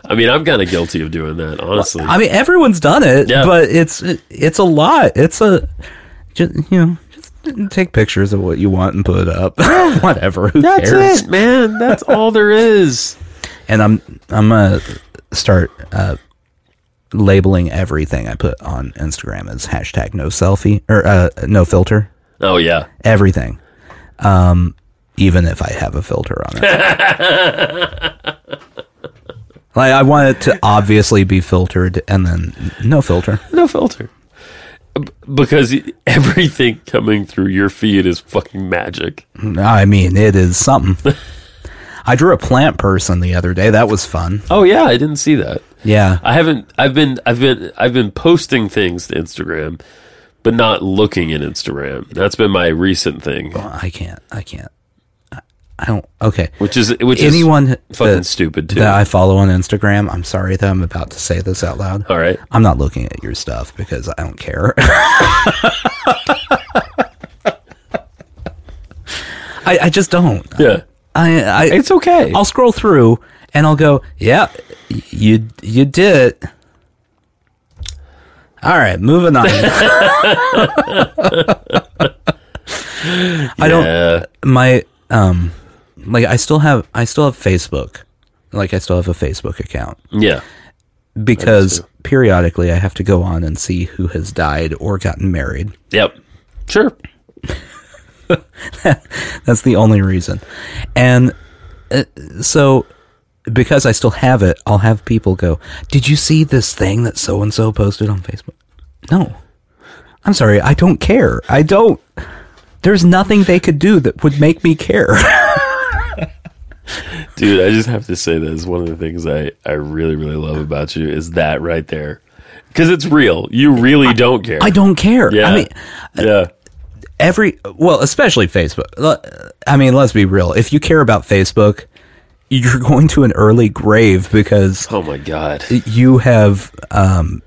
Speaker 1: I mean, I'm kind of guilty of doing that, honestly.
Speaker 2: I mean, everyone's done it,
Speaker 1: Yeah.
Speaker 2: but it's it's a lot. It's a just you know, just take pictures of what you want and put it up. [laughs] Whatever, who cares?
Speaker 1: man. That's all there is.
Speaker 2: And I'm I'm gonna start uh, labeling everything I put on Instagram as hashtag no selfie or uh, no filter.
Speaker 1: Oh yeah,
Speaker 2: Everything, um, even if I have a filter on it. Like I want it to obviously be filtered, and then no filter.
Speaker 1: no filter. B- Because e, everything coming through your feed is fucking magic.
Speaker 2: I mean, it is something. I drew a plant person the other day. That was fun.
Speaker 1: Oh yeah, I didn't see that.
Speaker 2: Yeah.
Speaker 1: I haven't. I've been. I've been. I've been posting things to Instagram, but not looking at Instagram. That's been my recent thing,
Speaker 2: I can't. I can't. I- I don't. Okay.
Speaker 1: which is which
Speaker 2: Anyone
Speaker 1: is
Speaker 2: that-
Speaker 1: fucking stupid too.
Speaker 2: that I follow on Instagram, I'm sorry that I'm about to say this out loud.
Speaker 1: all right.
Speaker 2: I'm not looking at your stuff because I don't care. [laughs] I, I just don't.
Speaker 1: Yeah.
Speaker 2: I, I
Speaker 1: It's okay.
Speaker 2: I'll scroll through and I'll go, yeah, you you did. it." All right, moving on. I don't
Speaker 1: Yeah.
Speaker 2: my um like I still have I still have Facebook. Like I still have a Facebook account
Speaker 1: Yeah.
Speaker 2: because periodically I have to go on and see who has died or gotten married.
Speaker 1: Yep. Sure.
Speaker 2: That's the only reason. And uh, so, because I still have it, I'll have people go, Did you see this thing that so and so posted on Facebook? No. I'm sorry. I don't care. I don't. There's nothing they could do that would make me care. [laughs]
Speaker 1: Dude, I just have to say that is one of the things I, I really, really love about you is that right there. Because it's real. You really don't care.
Speaker 2: I don't care.
Speaker 1: yeah.
Speaker 2: I mean, uh,
Speaker 1: yeah.
Speaker 2: every, well, especially Facebook. L- I mean, let's be real. If you care about Facebook, you're going to an early grave because
Speaker 1: Oh my God.
Speaker 2: you have um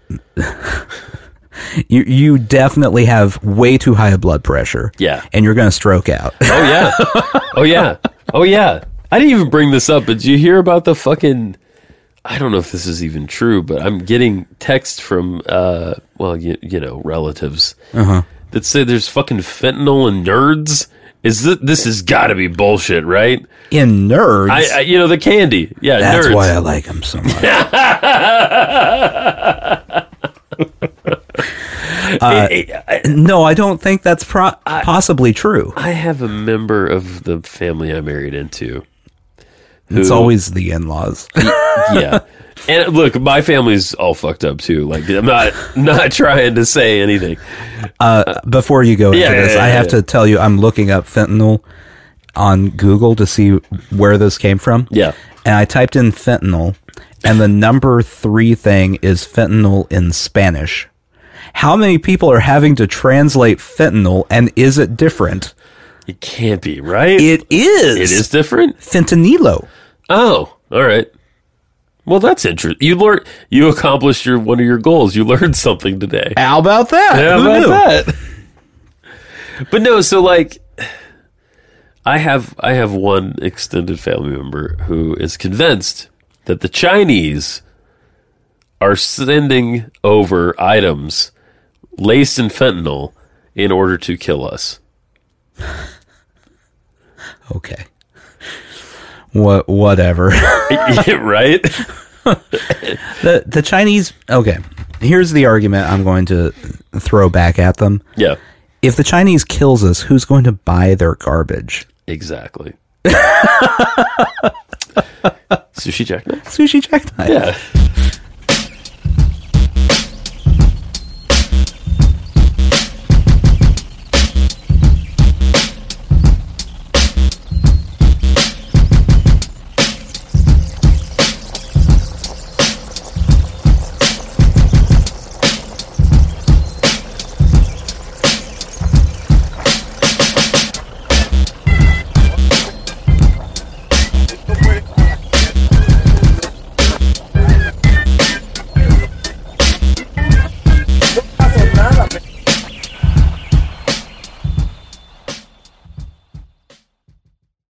Speaker 2: [laughs] you you definitely have way too high a blood pressure.
Speaker 1: Yeah.
Speaker 2: And you're going to stroke out.
Speaker 1: Oh yeah. Oh yeah. Oh yeah. I didn't even bring this up, but did you hear about the fucking? I don't know if this is even true, but I'm getting texts from uh, well, you, you know, relatives
Speaker 2: Uh-huh.
Speaker 1: that say there's fucking fentanyl and nerds. Is this this has got to be bullshit, right?
Speaker 2: In nerds.
Speaker 1: I, I you know the candy, yeah,
Speaker 2: that's
Speaker 1: nerds.
Speaker 2: why I like them so
Speaker 1: [laughs]
Speaker 2: much.
Speaker 1: I, I,
Speaker 2: Uh, no, I don't think that's pro- possibly true.
Speaker 1: I have a member of the family I married into.
Speaker 2: It's
Speaker 1: who-
Speaker 2: always the in-laws.
Speaker 1: yeah, [laughs] And look, my family's all fucked up too. Like I'm not [laughs] not trying to say anything.
Speaker 2: Before you go into
Speaker 1: Yeah, yeah,
Speaker 2: this,
Speaker 1: yeah,
Speaker 2: I have
Speaker 1: yeah.
Speaker 2: to tell you, I'm looking up fentanyl on Google to see where this came from.
Speaker 1: Yeah.
Speaker 2: And I typed in fentanyl, and the number three thing is fentanyl in Spanish. How many people are having to translate fentanyl, and is it different?
Speaker 1: It can't be, right?
Speaker 2: It is.
Speaker 1: it is different.
Speaker 2: fentanilo.
Speaker 1: Oh, all right. Well, that's interesting. You learn you accomplished your one of your goals. You learned something today.
Speaker 2: How about that?
Speaker 1: How
Speaker 2: Who
Speaker 1: about
Speaker 2: knew?
Speaker 1: that? But no, so like I have I have one extended family member who is convinced that the Chinese are sending over items laced in fentanyl in order to kill us. [laughs]
Speaker 2: Okay. What? Whatever. [laughs]
Speaker 1: right?
Speaker 2: the the Chinese. Okay. Here's the argument I'm going to throw back at them.
Speaker 1: Yeah.
Speaker 2: If the Chinese kills us, who's going to buy their garbage? [laughs]
Speaker 1: Exactly. Sushi jackknife.
Speaker 2: Sushi jackknife.
Speaker 1: Yeah.